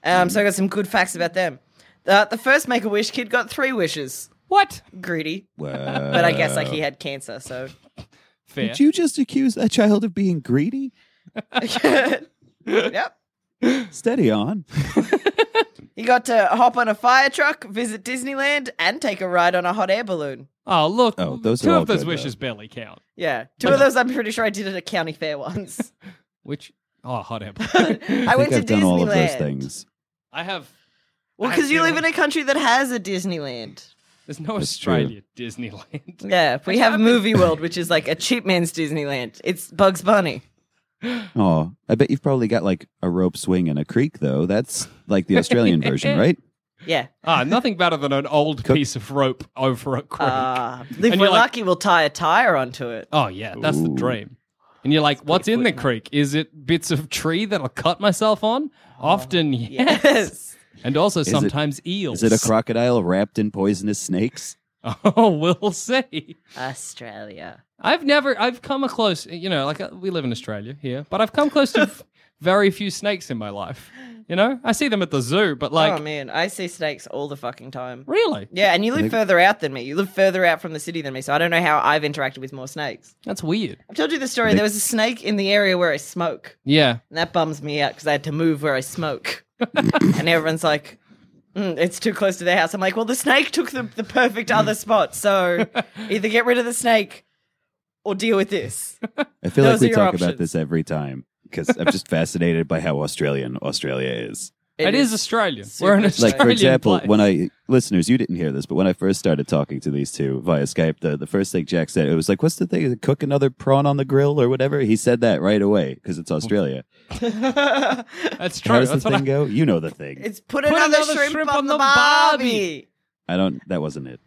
[SPEAKER 4] Um, so I got some good facts about them. Uh, the first Make a Wish kid got three wishes.
[SPEAKER 3] What?
[SPEAKER 4] Greedy, (laughs)
[SPEAKER 5] Wow.
[SPEAKER 4] but I guess like he had cancer, so
[SPEAKER 3] (laughs) Fair.
[SPEAKER 5] Did you just accuse that child of being greedy?
[SPEAKER 4] yep.
[SPEAKER 5] Steady on.
[SPEAKER 4] He got to hop on a fire truck, visit Disneyland, and take a ride on a hot air balloon.
[SPEAKER 3] Oh, look.
[SPEAKER 5] Oh, those are
[SPEAKER 3] two
[SPEAKER 5] all
[SPEAKER 3] of those
[SPEAKER 5] good,
[SPEAKER 3] wishes
[SPEAKER 5] though.
[SPEAKER 3] barely count.
[SPEAKER 4] Yeah, two of those I'm pretty sure I did at a county fair
[SPEAKER 5] (laughs)
[SPEAKER 4] once.
[SPEAKER 3] Which, oh, hot air.
[SPEAKER 4] (laughs) I,
[SPEAKER 5] think
[SPEAKER 4] went to
[SPEAKER 5] I've
[SPEAKER 4] Disneyland.
[SPEAKER 5] done all of those things.
[SPEAKER 3] I have,
[SPEAKER 4] Well,
[SPEAKER 3] I
[SPEAKER 4] because you
[SPEAKER 3] feel-
[SPEAKER 4] live in a country that has a Disneyland.
[SPEAKER 3] there's no
[SPEAKER 5] That's true.
[SPEAKER 3] Australia Disneyland.
[SPEAKER 4] Yeah, we have Movie World, which is like a cheap man's Disneyland. It's Bugs Bunny.
[SPEAKER 5] Oh, I bet you've probably got like a rope swing and a creek though. That's like the Australian version, right?
[SPEAKER 4] Yeah.
[SPEAKER 3] Ah, nothing better than an old
[SPEAKER 5] Cook-
[SPEAKER 3] piece of rope over a creek.
[SPEAKER 4] Uh, if
[SPEAKER 3] And
[SPEAKER 4] we're
[SPEAKER 3] you're like-
[SPEAKER 4] lucky, we'll tie a tire onto it.
[SPEAKER 3] oh yeah, that's the
[SPEAKER 5] Ooh.
[SPEAKER 3] dream. And you're like, what's in the creek? Is it bits of tree that I'll cut myself on? Often, yes.
[SPEAKER 4] Yes.
[SPEAKER 3] And also
[SPEAKER 5] it-
[SPEAKER 3] sometimes eels.
[SPEAKER 5] Is it a crocodile wrapped in poisonous snakes?
[SPEAKER 3] (laughs) oh, we'll see.
[SPEAKER 4] Australia.
[SPEAKER 3] I've never, I've come a close, you know, like uh, we live in Australia here, but I've come close to f- very few snakes in my life. You know, I see them at the zoo, but like,
[SPEAKER 4] oh, man. I see snakes all the fucking time.
[SPEAKER 3] really?
[SPEAKER 4] Yeah, and you live further out than me. You live further out from the city than me, so I don't know how I've interacted with more snakes.
[SPEAKER 3] That's weird.
[SPEAKER 4] I've told you the story. There was a snake in the area where I smoke,
[SPEAKER 3] Yeah.
[SPEAKER 4] and that bums me out because I had to move where I (laughs) smoke. and everyone's like, "Mm, it's too close to their house. I'm like, well, the snake took the, the perfect other spot, (laughs) so either get rid of the snake or deal with this.
[SPEAKER 5] I feel like
[SPEAKER 4] Those
[SPEAKER 5] we
[SPEAKER 4] are your
[SPEAKER 5] talk
[SPEAKER 4] options.
[SPEAKER 5] about this every time because I'm
[SPEAKER 4] (laughs)
[SPEAKER 5] just fascinated by how Australian Australia is.
[SPEAKER 3] it is,
[SPEAKER 4] is
[SPEAKER 3] Australian.
[SPEAKER 4] super
[SPEAKER 3] We're an
[SPEAKER 4] strange.
[SPEAKER 5] Like
[SPEAKER 3] Australian
[SPEAKER 5] for example,
[SPEAKER 3] place.
[SPEAKER 5] when I listeners, you didn't hear this, but when I first started talking to these two via Skype, the, the first thing Jack said it was like, "What's the thing? Cook another prawn on the grill or whatever." He said that right away because it's
[SPEAKER 4] (laughs)
[SPEAKER 5] Australia.
[SPEAKER 3] That's true.
[SPEAKER 5] How does the
[SPEAKER 3] That's what I-
[SPEAKER 5] thing go? You know
[SPEAKER 4] (laughs)
[SPEAKER 5] the thing.
[SPEAKER 4] It's put, another, shrimp, on, the barbie.
[SPEAKER 5] I don't. That wasn't it.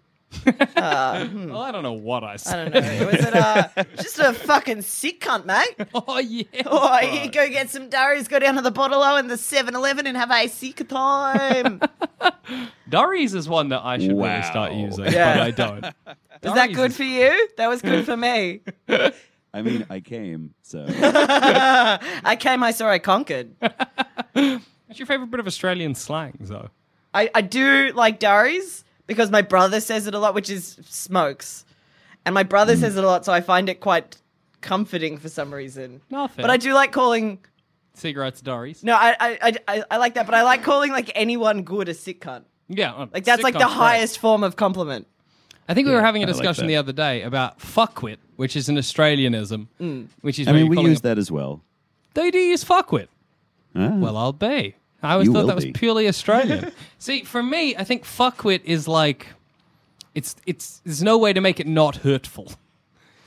[SPEAKER 4] Uh, hmm.
[SPEAKER 3] Well, Oh, I don't know what I
[SPEAKER 4] I
[SPEAKER 3] said.
[SPEAKER 4] don't know. Was it uh, (laughs) just a fucking sick cunt, mate?
[SPEAKER 3] Oh (laughs) yeah.
[SPEAKER 4] Oh, you go get some durries, go down to the bottle O and the 7 Eleven and have a sick time.
[SPEAKER 3] Durries is one that I should
[SPEAKER 5] Wow.
[SPEAKER 3] really start using,
[SPEAKER 4] Yeah.
[SPEAKER 3] but I don't.
[SPEAKER 4] (laughs) Is that good for you? That was good for (laughs) me.
[SPEAKER 5] I mean, I came.
[SPEAKER 4] (laughs)
[SPEAKER 5] So
[SPEAKER 4] I came, I saw, I conquered.
[SPEAKER 3] What's your favorite bit of Australian slang, though?
[SPEAKER 4] I, I do like durries because my brother says it a lot, which is smokes. And my brother says it a lot, so I find it quite comforting for some reason.
[SPEAKER 3] No, fair.
[SPEAKER 4] But I do like calling.
[SPEAKER 3] Cigarettes, Doris.
[SPEAKER 4] No, I, I, I- I, I like that, but I like calling like anyone good a sick cunt.
[SPEAKER 3] Yeah, um,
[SPEAKER 4] Like that's like
[SPEAKER 3] sitcom's
[SPEAKER 4] the
[SPEAKER 3] great.
[SPEAKER 4] highest form of compliment.
[SPEAKER 3] I think we were having a
[SPEAKER 5] I like
[SPEAKER 3] discussion
[SPEAKER 5] that.
[SPEAKER 3] the other day about fuckwit, which is an Australianism,
[SPEAKER 4] Mm.
[SPEAKER 3] which is.
[SPEAKER 5] I
[SPEAKER 3] where
[SPEAKER 5] mean,
[SPEAKER 3] you're
[SPEAKER 5] we
[SPEAKER 3] calling
[SPEAKER 5] use
[SPEAKER 3] a-
[SPEAKER 5] that as well.
[SPEAKER 3] They do use fuckwit.
[SPEAKER 5] Ah.
[SPEAKER 3] Well, I'll be. I always
[SPEAKER 5] You
[SPEAKER 3] thought
[SPEAKER 5] will
[SPEAKER 3] that was
[SPEAKER 5] be.
[SPEAKER 3] purely
[SPEAKER 5] (laughs)
[SPEAKER 3] Australian. See, for me, I think fuckwit is like, it's it's. There's no way to make it not hurtful.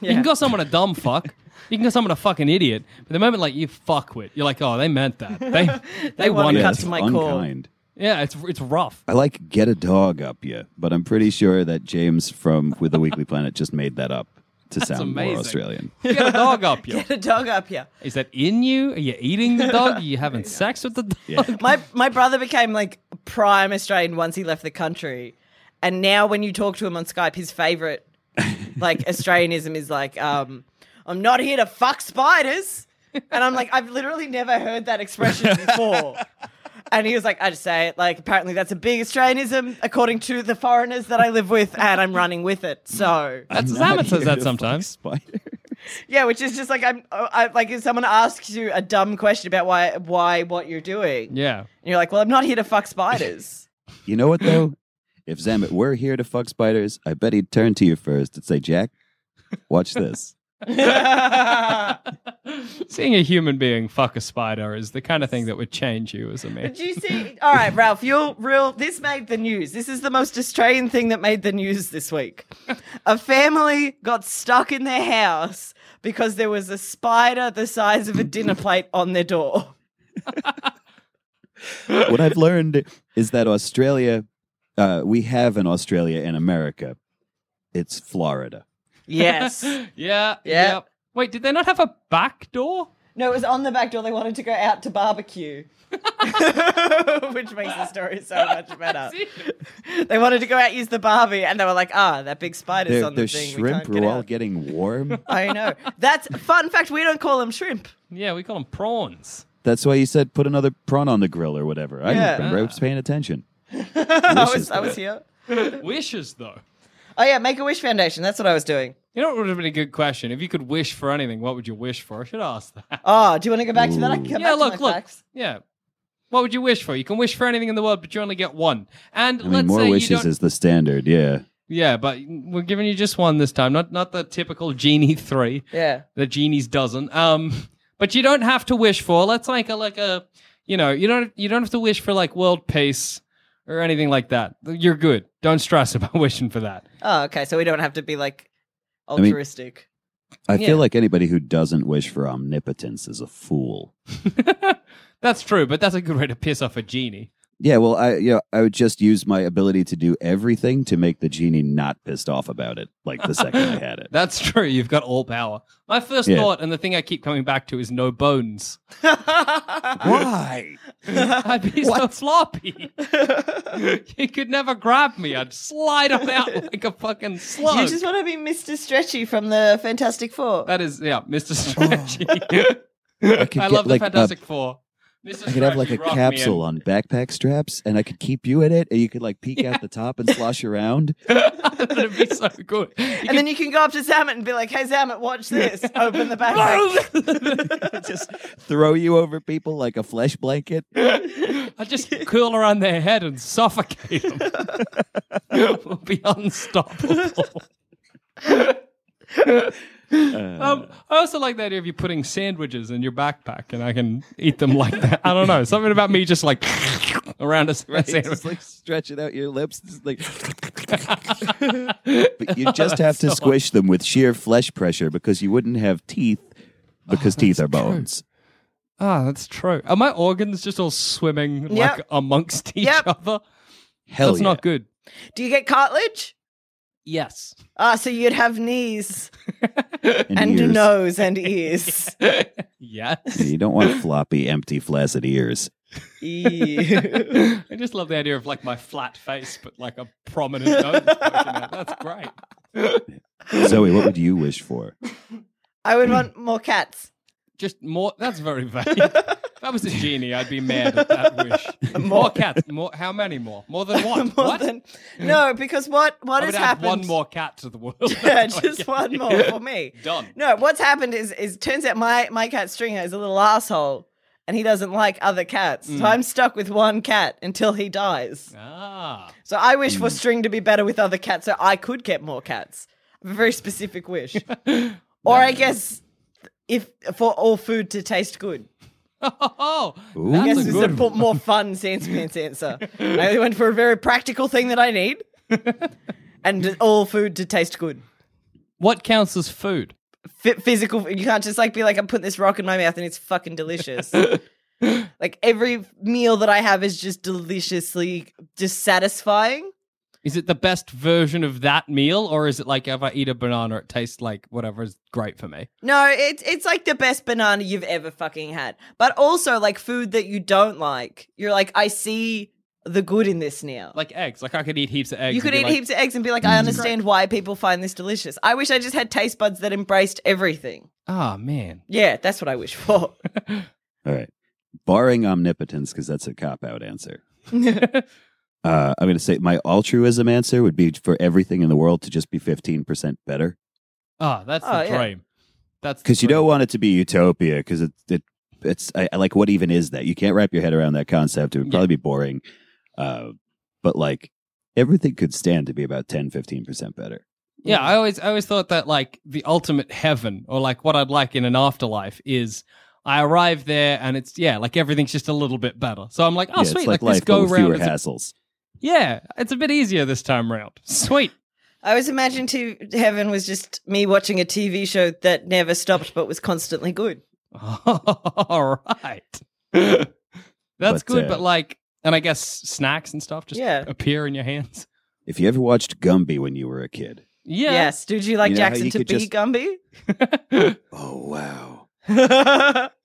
[SPEAKER 3] You
[SPEAKER 4] Yeah.
[SPEAKER 3] can call someone a dumb fuck. You can call someone a fucking idiot. But the moment like you fuckwit, you're like, oh, they meant that.
[SPEAKER 4] (laughs)
[SPEAKER 3] They they, wanted.
[SPEAKER 4] wanted cut
[SPEAKER 3] it.
[SPEAKER 5] it's
[SPEAKER 4] to my core.
[SPEAKER 5] unkind.
[SPEAKER 3] Yeah, it's it's rough.
[SPEAKER 5] I like get a dog up you, but I'm pretty sure that James from With the Weekly Planet just made that up to sound
[SPEAKER 3] amazing.
[SPEAKER 5] more Australian.
[SPEAKER 3] (laughs) Get a dog up you.
[SPEAKER 4] (laughs) Get a dog up here.
[SPEAKER 3] Is that in you? Are you eating the dog? Are you (laughs) having sex with the dog?
[SPEAKER 4] My my brother became like prime Australian once he left the country, and now when you talk to him on Skype, his favorite like Australianism is like, um, "I'm not here to fuck spiders," and I'm like, I've literally never heard that expression before. And he was like, I just say it. Like, apparently that's a big Australianism, according to the foreigners that I live with, and I'm running with it. So,
[SPEAKER 3] (laughs) That's
[SPEAKER 5] I'm not
[SPEAKER 3] Zamet
[SPEAKER 5] here
[SPEAKER 3] says
[SPEAKER 5] to
[SPEAKER 3] that
[SPEAKER 5] fuck
[SPEAKER 3] sometimes.
[SPEAKER 5] spider.
[SPEAKER 4] yeah, which is just like, I'm uh, I, like, if someone asks you a dumb question about why, why, what you're doing,
[SPEAKER 3] Yeah.
[SPEAKER 4] and you're like, well, I'm not here to fuck spiders.
[SPEAKER 5] You know what though? if Zamet were here to fuck spiders, I bet he'd turn to you first and say, "Jack, watch this."
[SPEAKER 4] (laughs) Did
[SPEAKER 3] Seeing a human being fuck a spider is the kind of thing that would change you as a man.
[SPEAKER 4] you see? All right, Ralph, you're real. This made the news. This is the most Australian thing that made the news this week. A family got stuck in their house because there was a spider the size of a dinner plate on their door.
[SPEAKER 5] what I've learned is that Australia, uh, we have an Australia in America. It's Florida.
[SPEAKER 4] Yes.
[SPEAKER 3] (laughs) Yeah.
[SPEAKER 4] Yeah.
[SPEAKER 3] Yep. Wait, did they not have a back door?
[SPEAKER 4] (laughs) No, it was on the back door. They wanted to go out to barbecue. (laughs) Which makes the story so much better. They wanted to go out use the barbie, and they were like, "Ah, that big spider's
[SPEAKER 5] They're,
[SPEAKER 4] on the
[SPEAKER 5] they're
[SPEAKER 4] thing.
[SPEAKER 5] shrimp
[SPEAKER 4] we can't
[SPEAKER 5] are
[SPEAKER 4] get
[SPEAKER 5] all
[SPEAKER 4] out."
[SPEAKER 5] getting
[SPEAKER 4] (laughs)
[SPEAKER 5] warm.
[SPEAKER 4] I know. That's fun fact. We don't call them shrimp.
[SPEAKER 3] Yeah, we call them prawns.
[SPEAKER 5] That's why you said put another prawn on the grill or whatever. I
[SPEAKER 4] Yeah.
[SPEAKER 5] remember. I was paying attention.
[SPEAKER 4] (laughs)
[SPEAKER 3] (laughs)
[SPEAKER 4] I
[SPEAKER 5] Wishes
[SPEAKER 4] was, I was
[SPEAKER 5] though.
[SPEAKER 4] here.
[SPEAKER 3] Wishes, though.
[SPEAKER 4] Oh yeah, Make a Wish Foundation. That's what I was doing.
[SPEAKER 3] You know what would have been a good question? If you could wish for anything, what would you wish for? I should ask that.
[SPEAKER 4] Oh, do you want to go back to that? I can come
[SPEAKER 3] yeah,
[SPEAKER 4] back
[SPEAKER 3] look,
[SPEAKER 4] to my
[SPEAKER 3] look.
[SPEAKER 4] facts.
[SPEAKER 3] Yeah. What would you wish for? You can wish for anything in the world, but you only get one. And
[SPEAKER 5] I mean,
[SPEAKER 3] let's
[SPEAKER 5] more
[SPEAKER 3] say you
[SPEAKER 5] wishes
[SPEAKER 3] don't...
[SPEAKER 5] is the standard. Yeah.
[SPEAKER 3] Yeah, but we're giving you just one this time, not not the typical genie three.
[SPEAKER 4] Yeah.
[SPEAKER 3] the genie's dozen. Um, but you don't have to wish for. Let's like a like a you know you don't you don't have to wish for like world peace or anything like that. You're good. Don't stress (laughs) about wishing for that.
[SPEAKER 4] Oh, okay. So we don't have to be like
[SPEAKER 5] mean-
[SPEAKER 4] altruistic.
[SPEAKER 5] I
[SPEAKER 3] Yeah.
[SPEAKER 5] feel like anybody who doesn't wish for omnipotence is a fool.
[SPEAKER 3] That's true, but that's a good way to piss off a genie.
[SPEAKER 5] Yeah, well, I you know, I would just use my ability to do everything to make the genie not pissed off about it. Like the second I had
[SPEAKER 3] (laughs)
[SPEAKER 5] it,
[SPEAKER 3] That's true. You've got all power. My first
[SPEAKER 5] Yeah.
[SPEAKER 3] thought, and the thing I keep coming back to, is no bones. (laughs)
[SPEAKER 5] why?
[SPEAKER 3] I'd be so floppy. you could never grab me. I'd slide about like a fucking slug.
[SPEAKER 4] you just want to be Mr. Stretchy from the Fantastic Four.
[SPEAKER 3] That is, yeah, Mr. Stretchy.
[SPEAKER 5] I, could
[SPEAKER 3] (laughs) I
[SPEAKER 5] Oh. get,
[SPEAKER 3] love the
[SPEAKER 5] like, a-
[SPEAKER 3] Fantastic Four.
[SPEAKER 5] (laughs)
[SPEAKER 3] Mr.
[SPEAKER 5] I could have like a
[SPEAKER 3] Scratchy, rock me
[SPEAKER 5] capsule
[SPEAKER 3] in.
[SPEAKER 5] on backpack straps, and I could keep you in it, and you could like
[SPEAKER 3] (laughs)
[SPEAKER 5] peek out the top and slosh around.
[SPEAKER 3] That'd be so good. You
[SPEAKER 4] and then you can go up to Zamet and be like, "Hey, Zamet, watch this. Open (laughs) the backpack."
[SPEAKER 5] just throw you over people like a flesh blanket.
[SPEAKER 3] I
[SPEAKER 5] (laughs)
[SPEAKER 3] just curl around their head and suffocate them. we'll be unstoppable.
[SPEAKER 5] Uh.
[SPEAKER 3] um, I also like the idea of you putting sandwiches in your backpack, and I can eat them like that. I don't know, something about me just like (laughs) around a s-
[SPEAKER 5] (laughs)
[SPEAKER 3] a sandwich.
[SPEAKER 5] Just like stretching out your lips, just like. (laughs) but you just have
[SPEAKER 3] (laughs)
[SPEAKER 5] to squish them with sheer flesh pressure because you wouldn't have teeth because teeth are bones.
[SPEAKER 3] Ah, that's true. Are my organs just all swimming like
[SPEAKER 4] Yep.
[SPEAKER 3] amongst each
[SPEAKER 4] Yep.
[SPEAKER 3] other?
[SPEAKER 5] Hell
[SPEAKER 3] that's
[SPEAKER 5] yeah.
[SPEAKER 3] not good.
[SPEAKER 4] Do you get cartilage?
[SPEAKER 3] Yes.
[SPEAKER 4] Ah, so you'd have knees
[SPEAKER 5] And,
[SPEAKER 4] and
[SPEAKER 5] ears.
[SPEAKER 4] nose and ears. (laughs)
[SPEAKER 3] Yes.
[SPEAKER 5] (laughs) You don't want floppy, empty, flaccid ears.
[SPEAKER 3] (laughs)
[SPEAKER 4] Ew.
[SPEAKER 3] I just love the idea of like my flat face, but like a prominent nose. poking out. That's great.
[SPEAKER 5] Zoe, what would you wish for?
[SPEAKER 4] I would want more cats.
[SPEAKER 3] Just more. That's very vague. if I was a genie, I'd be mad at that
[SPEAKER 4] (laughs)
[SPEAKER 3] wish. more cats. More. How many more? More than one.
[SPEAKER 4] More
[SPEAKER 3] what?
[SPEAKER 4] than- no, because what what
[SPEAKER 3] I
[SPEAKER 4] has
[SPEAKER 3] would add
[SPEAKER 4] happened?
[SPEAKER 3] one more cat to the world.
[SPEAKER 4] (laughs)
[SPEAKER 3] (laughs)
[SPEAKER 4] yeah, just one more for me.
[SPEAKER 3] Done.
[SPEAKER 4] No, what's happened is is turns out my my cat Stringer is a little asshole, and he doesn't like other cats.
[SPEAKER 3] Mm.
[SPEAKER 4] So I'm stuck with one cat until he dies.
[SPEAKER 3] Ah.
[SPEAKER 4] So I wish for String to be better with other cats, so I could get more cats. I have a very specific wish.
[SPEAKER 3] (laughs)
[SPEAKER 4] or I guess if for all food to taste good.
[SPEAKER 3] Oh,
[SPEAKER 4] I guess
[SPEAKER 3] that's a
[SPEAKER 4] it's a
[SPEAKER 3] good
[SPEAKER 4] po- more fun Sandspants answer. I only went for a very practical thing that I need, and all food to taste good.
[SPEAKER 3] What counts as food?
[SPEAKER 4] F- physical. You can't just like be like, I'm putting this rock in my mouth and it's fucking
[SPEAKER 3] (laughs)
[SPEAKER 4] delicious. like every meal that I have is just deliciously just satisfying.
[SPEAKER 3] Is it the best version of that meal, or is it like if I eat a banana, it tastes like whatever is great for me?
[SPEAKER 4] No, it's it's like the best banana you've ever fucking had. But also like food that you don't like. You're like, I see the good in this now.
[SPEAKER 3] Like eggs. Like I could eat heaps of eggs.
[SPEAKER 4] you could eat heaps of eggs and be like, I understand why people find this delicious. I wish I just had taste buds that embraced everything.
[SPEAKER 3] Oh
[SPEAKER 4] (laughs)
[SPEAKER 3] man. (laughs)
[SPEAKER 4] Yeah, that's what I wish for. (laughs)
[SPEAKER 5] All right. Barring omnipotence, because that's a cop out answer. uh, I'm going to say my altruism answer would be for everything in the world to just be 15% better.
[SPEAKER 3] Oh, that's
[SPEAKER 4] Oh,
[SPEAKER 3] the
[SPEAKER 4] yeah.
[SPEAKER 3] dream. That's the
[SPEAKER 5] Because you
[SPEAKER 3] dream.
[SPEAKER 5] don't want it to be utopia, because it, it, it's I, I like, what even is that? You can't wrap your head around that concept. It would
[SPEAKER 3] Yeah.
[SPEAKER 5] probably be boring. Uh, but like everything could stand to be about 10, 15% better.
[SPEAKER 3] Yeah, I always I always thought that like the ultimate heaven or like what I'd like in an afterlife is I arrive there and it's yeah, like everything's just a little bit better. So I'm like, oh
[SPEAKER 5] Yeah, it's
[SPEAKER 3] sweet,
[SPEAKER 5] like
[SPEAKER 3] like,
[SPEAKER 5] life,
[SPEAKER 3] this go
[SPEAKER 5] but with fewer
[SPEAKER 3] round. It's a-
[SPEAKER 5] hassles.
[SPEAKER 3] yeah, it's a bit easier this time round. Sweet. (laughs)
[SPEAKER 4] I always imagined t- heaven was just me watching a TV show that never stopped but was constantly good.
[SPEAKER 3] All right. (laughs) That's
[SPEAKER 5] But,
[SPEAKER 3] good,
[SPEAKER 5] uh,
[SPEAKER 3] but like and I guess snacks and stuff just
[SPEAKER 4] Yeah.
[SPEAKER 3] appear in your hands.
[SPEAKER 5] If you ever watched Gumby when you were a kid,
[SPEAKER 3] Yeah.
[SPEAKER 4] Yes. Did you like
[SPEAKER 5] You know how
[SPEAKER 4] Jackson
[SPEAKER 5] you
[SPEAKER 4] to be
[SPEAKER 5] could just-
[SPEAKER 4] Gumby?
[SPEAKER 5] oh, wow. No,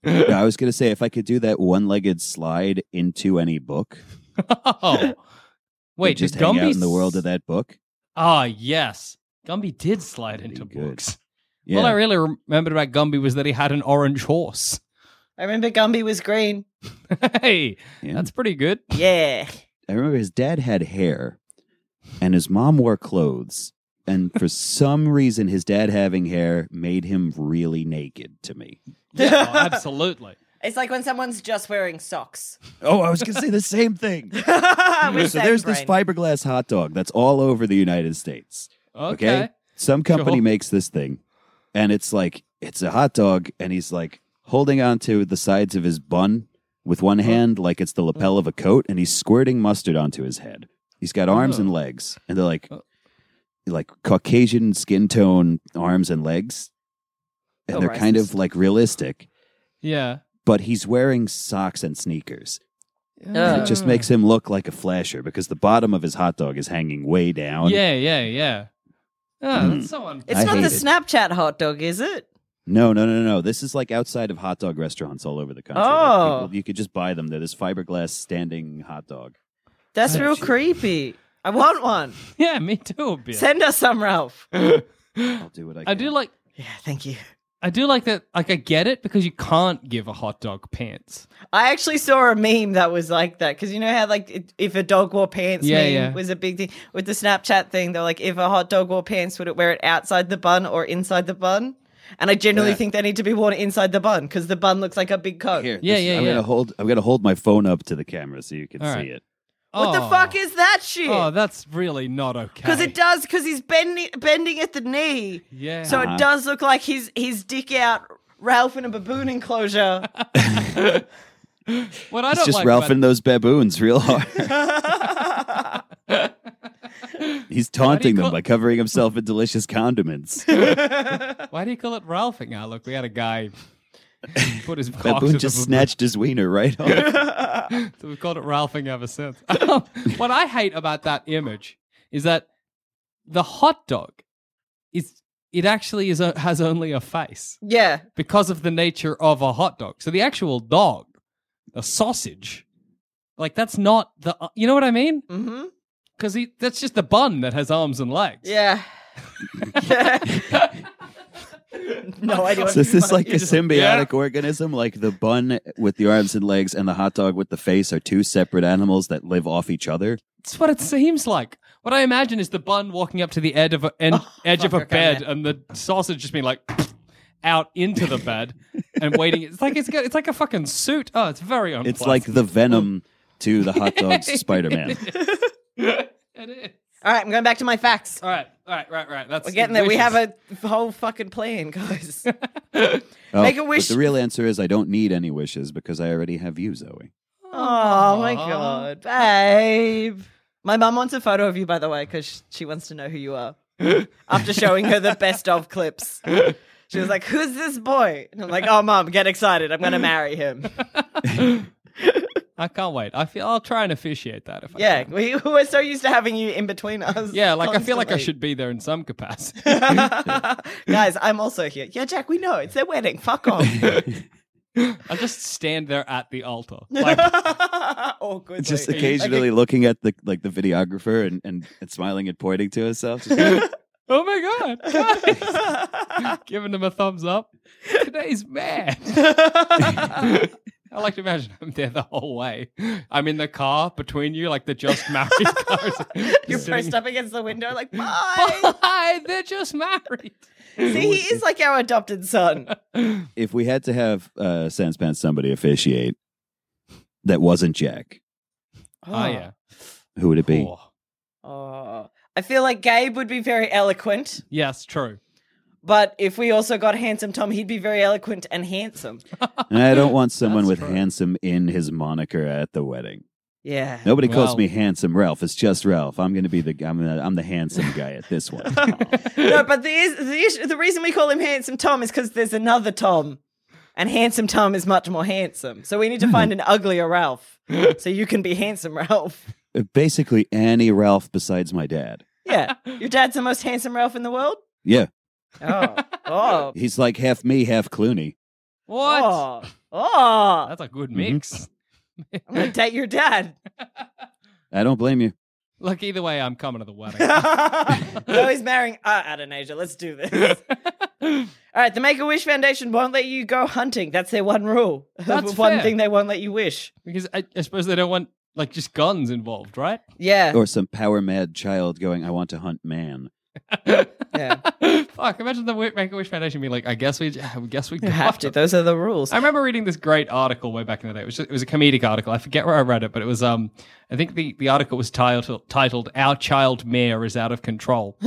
[SPEAKER 5] I was gonna say if I could do that one-legged slide into any book,
[SPEAKER 3] (laughs) Oh. Wait,
[SPEAKER 5] and just
[SPEAKER 3] did
[SPEAKER 5] hang
[SPEAKER 3] Gumby
[SPEAKER 5] out in the world
[SPEAKER 3] s-
[SPEAKER 5] of that book.
[SPEAKER 3] Ah, yes. Gumby did slide
[SPEAKER 5] That'd be
[SPEAKER 3] into
[SPEAKER 5] good.
[SPEAKER 3] books.
[SPEAKER 5] Yeah,
[SPEAKER 3] All I really remembered about Gumby was that he had an orange horse. (laughs)
[SPEAKER 4] I remember Gumby was green.
[SPEAKER 3] hey,
[SPEAKER 5] yeah.
[SPEAKER 3] that's pretty good.
[SPEAKER 4] Yeah.
[SPEAKER 5] I remember his dad had hair, and his mom wore clothes, and for some reason, his dad having hair made him really naked to me.
[SPEAKER 3] Yeah, oh, absolutely.
[SPEAKER 4] It's like when someone's just
[SPEAKER 5] (laughs)
[SPEAKER 4] wearing socks. (laughs)
[SPEAKER 5] Oh, I was gonna say the same thing.
[SPEAKER 4] With
[SPEAKER 5] so
[SPEAKER 4] that
[SPEAKER 5] there's this
[SPEAKER 4] brain.
[SPEAKER 5] fiberglass hot dog that's all over the United States.
[SPEAKER 3] Okay.
[SPEAKER 5] Okay. Some company
[SPEAKER 3] Sure.
[SPEAKER 5] makes this thing, and it's like it's a hot dog, and he's like holding onto the sides of his bun with one hand, like it's the lapel of a coat, and he's squirting mustard onto his head. He's got arms and legs, and they're like
[SPEAKER 3] Oh.
[SPEAKER 5] like Caucasian skin tone arms and legs, and
[SPEAKER 4] Oh,
[SPEAKER 5] they're kind
[SPEAKER 4] racist.
[SPEAKER 5] of like realistic.
[SPEAKER 3] Yeah.
[SPEAKER 5] But he's wearing socks and sneakers. And
[SPEAKER 4] Ugh.
[SPEAKER 5] it just makes him look like a flasher because the bottom of his hot dog is hanging way down.
[SPEAKER 3] Yeah, yeah, yeah. Oh,
[SPEAKER 5] Mm.
[SPEAKER 3] that's so un- (laughs)
[SPEAKER 4] It's
[SPEAKER 5] I
[SPEAKER 4] not the
[SPEAKER 5] hate it.
[SPEAKER 4] Snapchat hot dog, is it?
[SPEAKER 5] No, no, no, no. This is like outside of hot dog restaurants all over the country.
[SPEAKER 4] Oh.
[SPEAKER 5] Like, people- you could just buy them. They're this fiberglass standing hot dog.
[SPEAKER 4] That's
[SPEAKER 5] Oh,
[SPEAKER 4] real
[SPEAKER 5] gee.
[SPEAKER 4] creepy. I want one.
[SPEAKER 3] Yeah, me too, a bit.
[SPEAKER 4] Send us some, Ralph.
[SPEAKER 5] I'll do what I can.
[SPEAKER 3] (gasps) I do like
[SPEAKER 4] Yeah, thank you.
[SPEAKER 3] I do like that like I get it because you can't give a hot dog pants.
[SPEAKER 4] I actually saw a meme that was like that because you know how like it- if a dog wore pants
[SPEAKER 3] Yeah,
[SPEAKER 4] meme
[SPEAKER 3] yeah.
[SPEAKER 4] was a big thing with the Snapchat thing. They're like, if a hot dog wore pants, would it wear it outside the bun or inside the bun? And I generally
[SPEAKER 5] Yeah.
[SPEAKER 4] think they need to be worn inside the bun because the bun looks like a big coat.
[SPEAKER 5] Here,
[SPEAKER 3] Yeah,
[SPEAKER 5] this-
[SPEAKER 3] yeah,
[SPEAKER 5] I'm
[SPEAKER 3] yeah.
[SPEAKER 5] gonna hold. I'm gonna hold my phone up to the camera so you can
[SPEAKER 3] All
[SPEAKER 5] see
[SPEAKER 3] right.
[SPEAKER 5] it.
[SPEAKER 4] What the
[SPEAKER 3] Oh.
[SPEAKER 4] fuck is that shit?
[SPEAKER 3] Oh, that's really not okay.
[SPEAKER 4] Because it does, because he's bending bending at the knee,
[SPEAKER 3] Yeah.
[SPEAKER 4] so
[SPEAKER 5] Uh-huh.
[SPEAKER 4] it does look like his his dick out, Ralph in a baboon enclosure.
[SPEAKER 3] what I
[SPEAKER 5] It's
[SPEAKER 3] don't
[SPEAKER 5] just
[SPEAKER 3] like
[SPEAKER 5] Ralph
[SPEAKER 3] about-
[SPEAKER 5] and those baboons real
[SPEAKER 3] (laughs)
[SPEAKER 5] hard. He's taunting them
[SPEAKER 3] call-
[SPEAKER 5] by covering himself in delicious
[SPEAKER 3] (laughs)
[SPEAKER 5] condiments.
[SPEAKER 3] Why do you call it Ralphing? Ah, look, we had a guy
[SPEAKER 5] (laughs)
[SPEAKER 3] put his cock to
[SPEAKER 5] baboon
[SPEAKER 3] the
[SPEAKER 5] just
[SPEAKER 3] baboon.
[SPEAKER 5] snatched his wiener
[SPEAKER 3] (laughs)
[SPEAKER 5] right off.
[SPEAKER 3] So we've called it Ralphing ever since. Um, what I hate about that image is that the hot dog is it actually is a, has only a face
[SPEAKER 4] yeah,
[SPEAKER 3] because of the nature of a hot dog. So the actual dog, a sausage, like that's not the uh, you know what I mean?
[SPEAKER 4] hmm
[SPEAKER 3] Because
[SPEAKER 5] (laughs)
[SPEAKER 3] that's just the bun that has arms and legs.
[SPEAKER 4] yeah. (laughs) No idea. What
[SPEAKER 5] So is this like a
[SPEAKER 3] You're just like,
[SPEAKER 5] symbiotic organism? Like the bun with the arms and legs and the hot dog with the face are two separate animals that live off each other?
[SPEAKER 3] That's what it seems like. What I imagine is the bun walking up to the edge of a,
[SPEAKER 4] (laughs)
[SPEAKER 3] en- edge of a
[SPEAKER 4] fuck, okay,
[SPEAKER 3] bed,
[SPEAKER 4] man.
[SPEAKER 3] and the sausage just being like (laughs) out into the bed and waiting. It's like it's got, it's like a fucking suit. Oh, it's very unpleasant.
[SPEAKER 5] It's like the venom to the
[SPEAKER 4] (laughs)
[SPEAKER 5] hot dog's Spider Man.
[SPEAKER 3] It is.
[SPEAKER 4] All right, I'm going back to my facts.
[SPEAKER 3] All right, all right, right, right. That's
[SPEAKER 4] We're getting there. We have a whole fucking
[SPEAKER 3] (laughs)
[SPEAKER 4] plan, guys. Make a wish.
[SPEAKER 5] Oh, But the real answer is I don't need any wishes because I already have you, Zoe.
[SPEAKER 4] Oh my god, babe! My mum wants a photo of you, by the way, because she wants to know who you
[SPEAKER 3] (laughs)
[SPEAKER 4] are. After showing her the best of clips, she was like, "Who's this boy?" And I'm like, "Oh, mum, get excited! I'm gonna
[SPEAKER 3] (laughs)
[SPEAKER 4] marry him."
[SPEAKER 3] I can't wait. I feel I'll try and officiate that if I
[SPEAKER 4] Yeah,
[SPEAKER 3] can.
[SPEAKER 4] we we're so used to having you in between us.
[SPEAKER 3] Yeah, like I feel like I
[SPEAKER 4] constantly.
[SPEAKER 3] should be there in some capacity.
[SPEAKER 4] (laughs) Guys, I'm also here. Yeah, Jack, we know it's their wedding.
[SPEAKER 3] (laughs)
[SPEAKER 4] Fuck off. (laughs)
[SPEAKER 3] I just stand there at the altar.
[SPEAKER 4] (laughs)
[SPEAKER 3] Like
[SPEAKER 4] Awkwardly.
[SPEAKER 5] Just occasionally looking at the like the videographer and, and, and smiling and pointing to herself.
[SPEAKER 4] (laughs)
[SPEAKER 5] Just-
[SPEAKER 3] Oh my god! guys. (laughs) Giving him a thumbs up. Today's
[SPEAKER 4] (laughs)
[SPEAKER 3] mad. (laughs) I like to imagine I'm there the whole way. I'm in the car between you, like the
[SPEAKER 4] (laughs)
[SPEAKER 3] just married cars.
[SPEAKER 4] You're
[SPEAKER 3] Just sitting- (laughs)
[SPEAKER 4] pressed up against the window, like, bye.
[SPEAKER 3] Bye. They're just married.
[SPEAKER 4] See, he is like our adopted son.
[SPEAKER 3] (laughs)
[SPEAKER 5] if we had to have uh, Sanspants somebody officiate that wasn't Jack,
[SPEAKER 4] Ah,
[SPEAKER 3] Oh yeah.
[SPEAKER 5] who would it be?
[SPEAKER 3] Oh.
[SPEAKER 4] Oh. I feel like Gabe would be very eloquent,
[SPEAKER 3] Yes, true.
[SPEAKER 4] but if we also got handsome Tom, he'd be very eloquent and handsome.
[SPEAKER 5] And I
[SPEAKER 4] (laughs)
[SPEAKER 5] don't want someone with
[SPEAKER 3] That's right.
[SPEAKER 5] handsome in his moniker at the wedding.
[SPEAKER 4] Yeah.
[SPEAKER 5] Nobody (laughs) calls
[SPEAKER 3] Well-
[SPEAKER 5] me handsome Ralph. It's just Ralph. I'm going to be the I'm the, I'm the handsome guy at this one.
[SPEAKER 4] (laughs) No, but the is, the, issue, the reason we call him handsome Tom is because there's another Tom, and handsome Tom is much more handsome. So we need to find an uglier Ralph, so you can be handsome Ralph.
[SPEAKER 5] Uh, Basically, any Ralph besides my dad.
[SPEAKER 3] (laughs)
[SPEAKER 4] Yeah, your dad's the most handsome Ralph in the world.
[SPEAKER 5] Yeah,
[SPEAKER 4] Oh, oh,
[SPEAKER 5] he's like half me, half Clooney.
[SPEAKER 3] What?
[SPEAKER 4] oh, oh.
[SPEAKER 3] That's a good
[SPEAKER 5] Mhm.
[SPEAKER 3] mix.
[SPEAKER 4] I'm gonna date your dad.
[SPEAKER 5] I don't blame you.
[SPEAKER 3] Look, either way, I'm coming to the
[SPEAKER 4] (laughs)
[SPEAKER 3] wedding.
[SPEAKER 4] no, he's marrying uh, Adonijah. Let's do this.
[SPEAKER 3] (laughs)
[SPEAKER 4] All right, the Make a Wish Foundation won't let you go hunting. That's their one rule. (laughs)
[SPEAKER 3] That's
[SPEAKER 4] one
[SPEAKER 3] fair.
[SPEAKER 4] thing they won't let you wish.
[SPEAKER 3] because I, I suppose they don't want like just guns involved, right? (laughs)
[SPEAKER 4] Yeah,
[SPEAKER 5] Or some power mad child going, "I want to hunt man."
[SPEAKER 4] yeah.
[SPEAKER 3] Fuck! Imagine the Make a Wish Foundation being like, "I guess we, I guess we
[SPEAKER 4] You have to. Those are the rules. (laughs)
[SPEAKER 3] I remember reading this great article way back in the day. It was, it was a comedic article. I forget where I read it, but it was um, I think the, the article was titled titled "Our Child Mayor is Out of Control."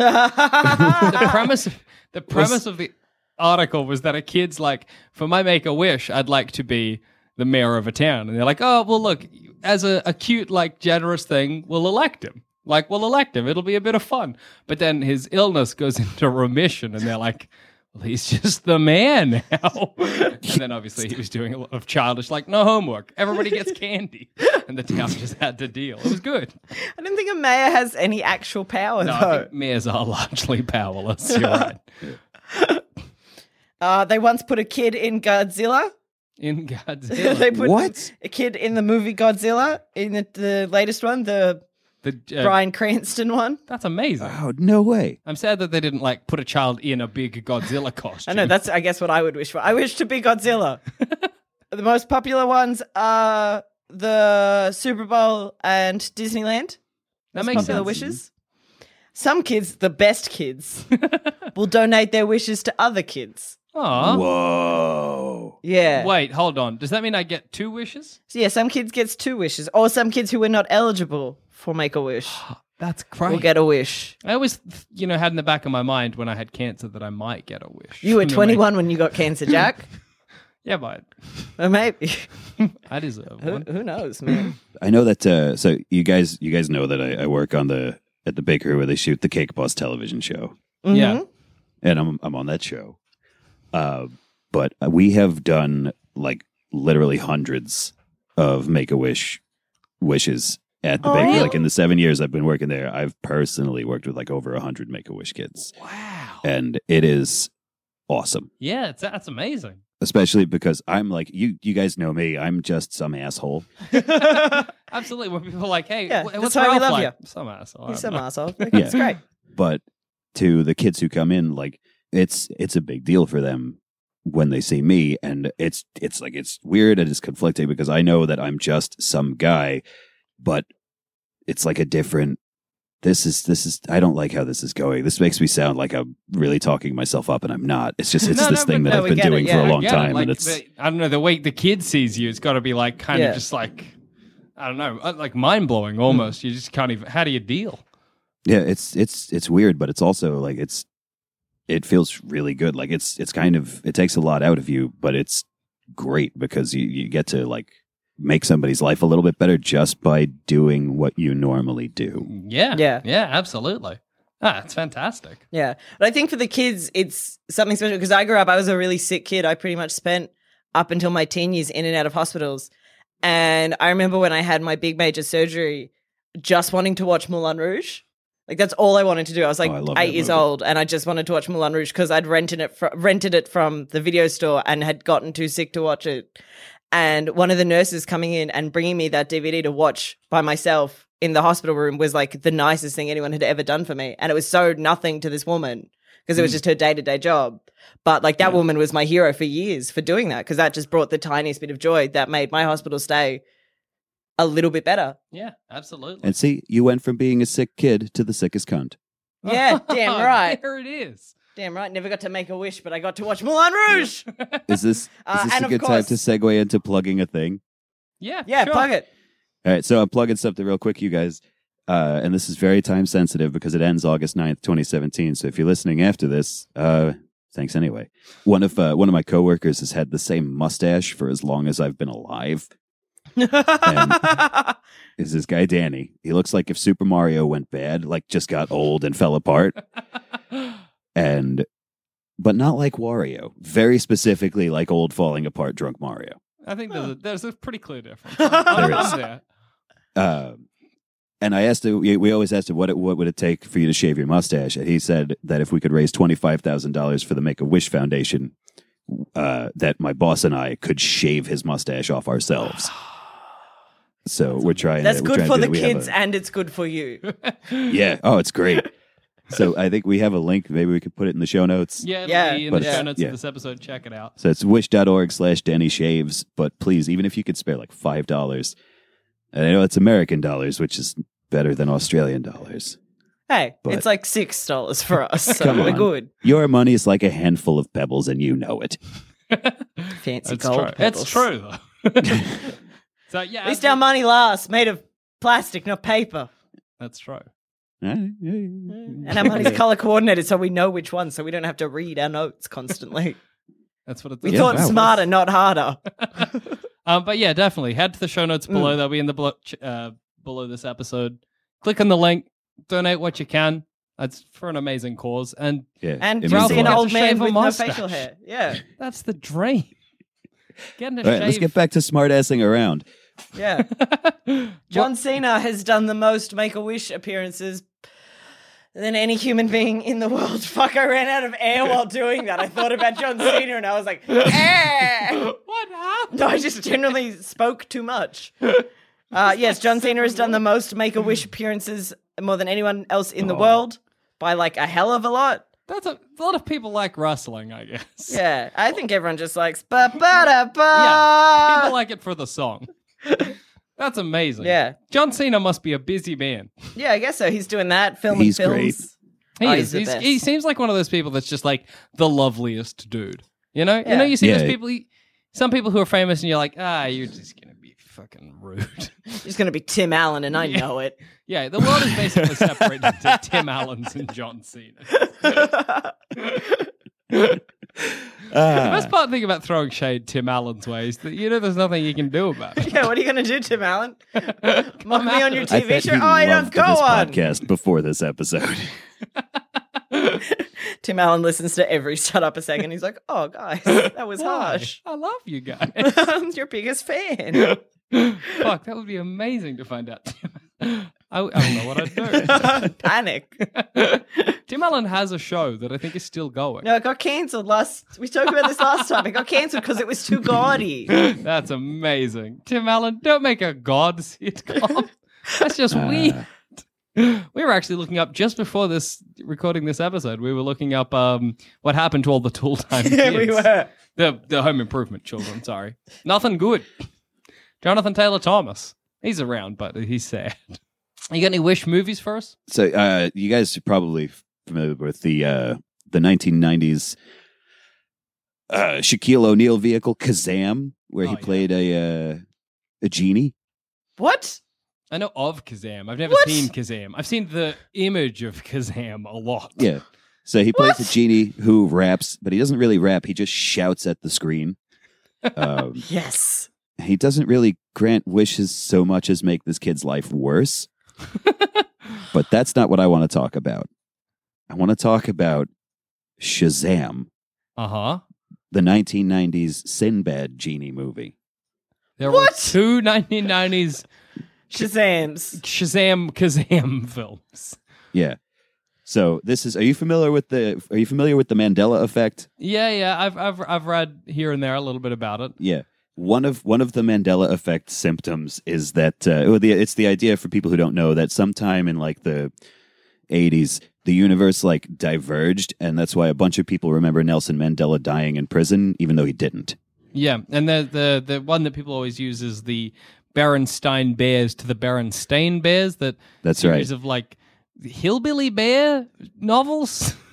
[SPEAKER 3] the premise the premise of the article was that a kid's like, for my make a wish, I'd like to be the mayor of a town, and they're like, oh well, look, as a, a cute like generous thing, we'll elect him. Like we'll elect him. It'll be a bit of fun. But then his illness goes (laughs) into remission, and they're like. Well, he's just the man now. (laughs) and then obviously he was doing a lot of childish, like, no homework. Everybody gets candy. And the town just had to deal. It was good.
[SPEAKER 4] I don't think a mayor has any actual power,
[SPEAKER 3] No, I
[SPEAKER 4] though.
[SPEAKER 3] think mayors are largely powerless. You're right.
[SPEAKER 4] Uh, they once put a kid in Godzilla. (laughs)
[SPEAKER 3] In God's
[SPEAKER 4] they put
[SPEAKER 5] What?
[SPEAKER 4] a kid in the movie Godzilla in the, the latest one, the
[SPEAKER 3] the, uh,
[SPEAKER 4] Brian Cranston one.
[SPEAKER 3] That's amazing.
[SPEAKER 5] Oh no way!
[SPEAKER 3] I'm sad that they didn't like put a child in a big Godzilla costume.
[SPEAKER 4] (laughs) I know that's I guess what I would wish for. I wish to be Godzilla. the most popular ones are the Super Bowl and Disneyland.
[SPEAKER 3] that
[SPEAKER 4] Most
[SPEAKER 3] makes
[SPEAKER 4] popular
[SPEAKER 3] sense.
[SPEAKER 4] wishes. Some kids, the best kids, will donate their wishes to other kids.
[SPEAKER 3] Aw.
[SPEAKER 5] Whoa!
[SPEAKER 4] Yeah.
[SPEAKER 3] Wait, hold on. Does that mean I get two wishes?
[SPEAKER 4] So yeah, some kids gets two wishes, or some kids who were not eligible for Make a Wish
[SPEAKER 3] That's crazy.
[SPEAKER 4] will get a wish.
[SPEAKER 3] I always, you know, had in the back of my mind when I had cancer that I might get a wish.
[SPEAKER 4] You were
[SPEAKER 3] From the
[SPEAKER 4] 21 when you got cancer, Jack.
[SPEAKER 3] ma- Yeah, but
[SPEAKER 4] or maybe (laughs)
[SPEAKER 3] I deserve
[SPEAKER 4] who, (laughs)
[SPEAKER 3] one.
[SPEAKER 4] who knows, man?
[SPEAKER 5] I know that. Uh, so you guys, you guys know that I, I work on the at the bakery where they shoot the Cake Boss television show.
[SPEAKER 4] Mm-hmm.
[SPEAKER 3] Yeah.
[SPEAKER 5] and I'm I'm on that show. Uh, but we have done like literally hundreds of Make a Wish wishes at the
[SPEAKER 4] Oh,
[SPEAKER 5] bakery.
[SPEAKER 4] really?
[SPEAKER 5] Like in the seven years I've been working there, I've personally worked with like over hundred Make a Wish kids,
[SPEAKER 3] Wow.
[SPEAKER 5] and it is awesome.
[SPEAKER 3] Yeah, it's, that's
[SPEAKER 4] (laughs)
[SPEAKER 3] amazing. (laughs)
[SPEAKER 5] Especially because I'm like you. You guys know me. I'm just some asshole.
[SPEAKER 3] Absolutely. When people are like, hey,
[SPEAKER 4] Yeah,
[SPEAKER 3] wh-
[SPEAKER 4] that's
[SPEAKER 3] what's
[SPEAKER 4] why we
[SPEAKER 3] Ralph
[SPEAKER 4] love
[SPEAKER 3] like? Some asshole. I
[SPEAKER 4] You're
[SPEAKER 3] don't
[SPEAKER 4] some
[SPEAKER 3] know.
[SPEAKER 4] asshole. Like,
[SPEAKER 5] Yeah.
[SPEAKER 4] It's great.
[SPEAKER 5] But to the kids who come in, like it's it's a big deal for them when they see me and it's it's like it's weird and it's conflicting because I know that I'm just some guy but it's like a different this is this is I don't like how this is going. This makes me sound like I'm really talking myself up and I'm not. It's just it's
[SPEAKER 3] No, no,
[SPEAKER 5] this thing
[SPEAKER 3] but
[SPEAKER 5] that
[SPEAKER 4] no,
[SPEAKER 5] I've
[SPEAKER 4] we
[SPEAKER 5] been
[SPEAKER 4] get it,
[SPEAKER 5] doing
[SPEAKER 4] yeah.
[SPEAKER 5] for a
[SPEAKER 4] I
[SPEAKER 5] long
[SPEAKER 3] Yeah,
[SPEAKER 5] time
[SPEAKER 3] like,
[SPEAKER 5] and it's
[SPEAKER 3] the- I don't know. The way the kid sees you, it's got to be like kind
[SPEAKER 4] Yeah.
[SPEAKER 3] of just like I don't know, uh, like mind blowing almost. You just can't even. How do you deal?
[SPEAKER 5] yeah it's it's it's weird but it's also like it's it feels really good like it's it's kind of it takes a lot out of you but it's great because you you get to like make somebody's life a little bit better just by doing what you normally do
[SPEAKER 3] Yeah,
[SPEAKER 4] Yeah.
[SPEAKER 3] yeah, absolutely. Ah, it's fantastic.
[SPEAKER 4] Yeah. But I think for the kids, it's something special because I grew up, I was a really sick kid. I pretty much spent up until my teen years in and out of hospitals. And I remember when I had my big major surgery, just wanting to watch Moulin Rouge. Like that's all I wanted to do. I was like
[SPEAKER 5] Oh, I
[SPEAKER 4] eight
[SPEAKER 5] love that
[SPEAKER 4] years
[SPEAKER 5] movie.
[SPEAKER 4] old, and I just wanted to watch Moulin Rouge because I'd rented it fr- rented it from the video store and had gotten too sick to watch it. And one of the nurses coming in and bringing me that DVD to watch by myself in the hospital room was like the nicest thing anyone had ever done for me. And it was so nothing to this woman because it
[SPEAKER 5] Hmm.
[SPEAKER 4] was just her day to day job. But like that woman was my hero for years for doing that because that just brought the tiniest bit of joy that made my hospital stay a little bit better.
[SPEAKER 3] Yeah, absolutely.
[SPEAKER 5] and see you went from being a sick kid to the sickest cunt
[SPEAKER 4] (laughs) Yeah,
[SPEAKER 3] (laughs)
[SPEAKER 4] damn right.
[SPEAKER 3] There it is.
[SPEAKER 4] Damn right. Never got to make a wish, but I got to watch Moulin (laughs) Rouge.
[SPEAKER 5] is this is
[SPEAKER 4] Uh,
[SPEAKER 5] this
[SPEAKER 4] and
[SPEAKER 5] a
[SPEAKER 4] of
[SPEAKER 5] good time
[SPEAKER 4] course-
[SPEAKER 5] to segue into plugging a thing
[SPEAKER 3] Yeah,
[SPEAKER 4] Yeah,
[SPEAKER 3] sure.
[SPEAKER 4] plug it.
[SPEAKER 5] All right, so I'm plugging something real quick, you guys. Uh, and this is very time sensitive because it ends August 9th, 2017. So if you're listening after this, uh, thanks anyway. One of uh, one of my coworkers has had the same mustache for as long as I've been alive.
[SPEAKER 4] Um, (laughs)
[SPEAKER 5] Is this guy Danny? He looks like if Super Mario went bad, like just got old and fell apart, and but not like Wario. Very specifically, like old falling apart drunk Mario.
[SPEAKER 3] (laughs) I think there's a, there's a pretty clear
[SPEAKER 4] (laughs)
[SPEAKER 3] difference.
[SPEAKER 5] There
[SPEAKER 3] I'm
[SPEAKER 5] is.
[SPEAKER 3] there.
[SPEAKER 5] Um, and I asked him, we we always asked him, what, it- what would it take for you to shave your mustache? And he said that if we could raise $25,000 for the Make a Wish Foundation, uh, that my boss and I could shave his mustache off
[SPEAKER 4] (sighs)
[SPEAKER 5] ourselves. So we're trying.
[SPEAKER 4] That's
[SPEAKER 5] we're
[SPEAKER 4] good
[SPEAKER 5] trying
[SPEAKER 4] for
[SPEAKER 5] to
[SPEAKER 4] the
[SPEAKER 5] do that. We have
[SPEAKER 4] kids
[SPEAKER 5] a-
[SPEAKER 4] and it's good for you.
[SPEAKER 5] yeah. Oh, it's
[SPEAKER 4] (laughs)
[SPEAKER 5] great. so I think we have a link. Maybe we could put it in the show notes.
[SPEAKER 3] (laughs) Yeah, it'll
[SPEAKER 4] Yeah.
[SPEAKER 3] be in
[SPEAKER 5] But
[SPEAKER 3] the
[SPEAKER 5] it's-
[SPEAKER 3] show notes
[SPEAKER 5] yeah.
[SPEAKER 3] of this episode. Check it out.
[SPEAKER 5] So it's wish.org slash Danny Shaves. But please, even if you could spare like $5, and I know it's American dollars, which is better than Australian dollars.
[SPEAKER 4] Hey,
[SPEAKER 5] But-
[SPEAKER 4] it's like six
[SPEAKER 5] (laughs)
[SPEAKER 4] dollars for us, so
[SPEAKER 5] Come
[SPEAKER 4] we're
[SPEAKER 5] on.
[SPEAKER 4] good.
[SPEAKER 5] Your money is like a handful of pebbles, and you know it.
[SPEAKER 4] Fancy
[SPEAKER 3] It's
[SPEAKER 4] gold.
[SPEAKER 3] true. It's
[SPEAKER 4] pebbles.
[SPEAKER 3] true
[SPEAKER 5] (laughs)
[SPEAKER 3] though. (laughs) so yeah,
[SPEAKER 4] At least our
[SPEAKER 3] absolutely.
[SPEAKER 4] money lasts, made of plastic, not paper.
[SPEAKER 3] that's true.
[SPEAKER 4] And
[SPEAKER 5] And
[SPEAKER 4] our money's color coordinated, so we know which one, so we don't have to read our
[SPEAKER 5] (laughs)
[SPEAKER 4] notes constantly.
[SPEAKER 3] That's what it's.
[SPEAKER 4] We
[SPEAKER 5] Yeah,
[SPEAKER 4] thought
[SPEAKER 5] wow.
[SPEAKER 4] smarter, not harder.
[SPEAKER 3] Um, but yeah, definitely head to the show notes
[SPEAKER 5] Mm.
[SPEAKER 3] below. They'll be in the below, ch- uh, below this episode. Click on the link. Donate what you can. That's for an amazing cause, and
[SPEAKER 5] Yeah,
[SPEAKER 4] And
[SPEAKER 5] it
[SPEAKER 4] you
[SPEAKER 5] means
[SPEAKER 3] Ralph
[SPEAKER 4] see
[SPEAKER 5] a
[SPEAKER 4] an
[SPEAKER 5] lot.
[SPEAKER 3] wants
[SPEAKER 4] old
[SPEAKER 3] to
[SPEAKER 4] man
[SPEAKER 3] shave a
[SPEAKER 4] with no
[SPEAKER 3] mustache.
[SPEAKER 4] facial hair. Yeah,
[SPEAKER 3] that's the dream. Getting a
[SPEAKER 5] All right, let's
[SPEAKER 3] shave.
[SPEAKER 5] get back to smart assing
[SPEAKER 4] (laughs)
[SPEAKER 5] around.
[SPEAKER 4] yeah.
[SPEAKER 3] (laughs)
[SPEAKER 4] John Cena has done the most Make a Wish appearances than any human being in the world. (laughs) Fuck, I ran out of air while doing that. I thought about John Cena and I was like, "Eh."
[SPEAKER 5] (laughs)
[SPEAKER 4] air!
[SPEAKER 3] what happened?
[SPEAKER 4] (laughs) No, I just generally spoke too much.
[SPEAKER 3] (laughs)
[SPEAKER 4] Uh, yes, John Cena has done the most Make a Wish appearances more than anyone else in
[SPEAKER 3] Oh.
[SPEAKER 4] the world by like a hell of a lot.
[SPEAKER 3] That's a, a lot of people like wrestling, I guess. (laughs)
[SPEAKER 4] Yeah, I think everyone just likes ba ba da
[SPEAKER 5] Ah!
[SPEAKER 3] Yeah, people
[SPEAKER 4] ba.
[SPEAKER 3] like it for the song. That's amazing.
[SPEAKER 4] Yeah.
[SPEAKER 3] John Cena must be a busy man.
[SPEAKER 4] Yeah, I guess so. He's doing that, filming
[SPEAKER 5] He's
[SPEAKER 4] films.
[SPEAKER 5] great.
[SPEAKER 3] He
[SPEAKER 4] Oh,
[SPEAKER 3] is.
[SPEAKER 4] he's the
[SPEAKER 3] He's
[SPEAKER 4] best.
[SPEAKER 3] he seems like one of those people that's just like the loveliest dude. You know, you know,
[SPEAKER 4] Yeah.
[SPEAKER 3] you see those
[SPEAKER 5] Yeah.
[SPEAKER 3] people, you- some people who are famous, and you're like, ah, you're just gonna be fucking rude. (laughs)
[SPEAKER 4] He's going to be Tim Allen, and I know it. (laughs)
[SPEAKER 3] yeah, the world is basically separated into Tim Allen's and John
[SPEAKER 4] (laughs)
[SPEAKER 3] Cena. The
[SPEAKER 5] Ah,
[SPEAKER 3] best part thing about throwing shade Tim Allen's way is that you know there's nothing you can do about it.
[SPEAKER 4] yeah, what are you going to do,
[SPEAKER 3] (laughs)
[SPEAKER 4] Tim Allen? Mock me on your
[SPEAKER 5] I
[SPEAKER 4] TV
[SPEAKER 5] bet
[SPEAKER 4] show?
[SPEAKER 5] he
[SPEAKER 4] Oh, I don't
[SPEAKER 5] loved
[SPEAKER 4] go
[SPEAKER 5] this
[SPEAKER 4] on.
[SPEAKER 5] podcast before this episode. (laughs)
[SPEAKER 4] Tim Allen listens to every (laughs) Shut Up a Second. He's like, oh, guys, that
[SPEAKER 3] (laughs)
[SPEAKER 4] was
[SPEAKER 3] Why?
[SPEAKER 4] (laughs) harsh. (laughs)
[SPEAKER 3] I love you guys.
[SPEAKER 4] I'm your biggest fan.
[SPEAKER 3] Fuck, that would be amazing to find out. Tim. I, I don't know what I'd do.
[SPEAKER 4] (laughs) Panic.
[SPEAKER 3] Tim Allen has a show that I think is still going.
[SPEAKER 4] No, it got cancelled last. We talked about this last time. It got cancelled because it was
[SPEAKER 5] (laughs)
[SPEAKER 4] too gaudy. (laughs)
[SPEAKER 3] That's
[SPEAKER 4] (laughs)
[SPEAKER 3] amazing. Tim Allen, don't make a god sitcom. That's just weird. we were actually looking up just before this recording this episode. We were looking up um, what happened to all the
[SPEAKER 4] (laughs)
[SPEAKER 3] tool time
[SPEAKER 4] yeah,
[SPEAKER 3] kids.
[SPEAKER 4] we were.
[SPEAKER 3] The the home improvement children. Sorry, nothing good. Jonathan Taylor Thomas. He's around, but he's sad. You got any wish movies for us?
[SPEAKER 5] So uh, you guys are probably familiar with the uh, the 1990s uh, Shaquille O'Neal vehicle Kazam, where
[SPEAKER 3] Oh,
[SPEAKER 5] he
[SPEAKER 3] yeah.
[SPEAKER 5] played a uh, a genie.
[SPEAKER 4] What?
[SPEAKER 3] I know of Kazam. I've never
[SPEAKER 4] What?
[SPEAKER 3] seen Kazam. I've seen the image of Kazam a lot.
[SPEAKER 5] Yeah. So he plays
[SPEAKER 4] What?
[SPEAKER 5] a genie who raps, but he doesn't really rap. He just shouts at the
[SPEAKER 4] (laughs)
[SPEAKER 5] screen. Um,
[SPEAKER 4] Yes.
[SPEAKER 5] he doesn't really grant wishes so much as make this kid's life worse. but that's not what I want to talk about. I want to talk about Shazam,
[SPEAKER 3] Uh huh.
[SPEAKER 5] the 1990s Sinbad genie movie.
[SPEAKER 3] There
[SPEAKER 4] What?
[SPEAKER 3] were two 1990s
[SPEAKER 4] Shazam's.
[SPEAKER 3] Shazam Kazam (laughs) films.
[SPEAKER 5] Yeah. So this is. Are you familiar with the? Are you familiar with the Mandela effect?
[SPEAKER 3] Yeah, yeah. I've I've I've read here and there a little bit about it.
[SPEAKER 5] Yeah. One of one of the Mandela effect symptoms is that uh, well, the, it's the idea for people who don't know that sometime in like the 80s the universe like diverged and that's why a bunch of people remember Nelson Mandela dying in prison even though he didn't.
[SPEAKER 3] Yeah, and the the the one that people always use is the Berenstain Bears to the Berenstain Bears. That
[SPEAKER 5] That's
[SPEAKER 3] series
[SPEAKER 5] right.
[SPEAKER 3] of like hillbilly bear novels. (laughs)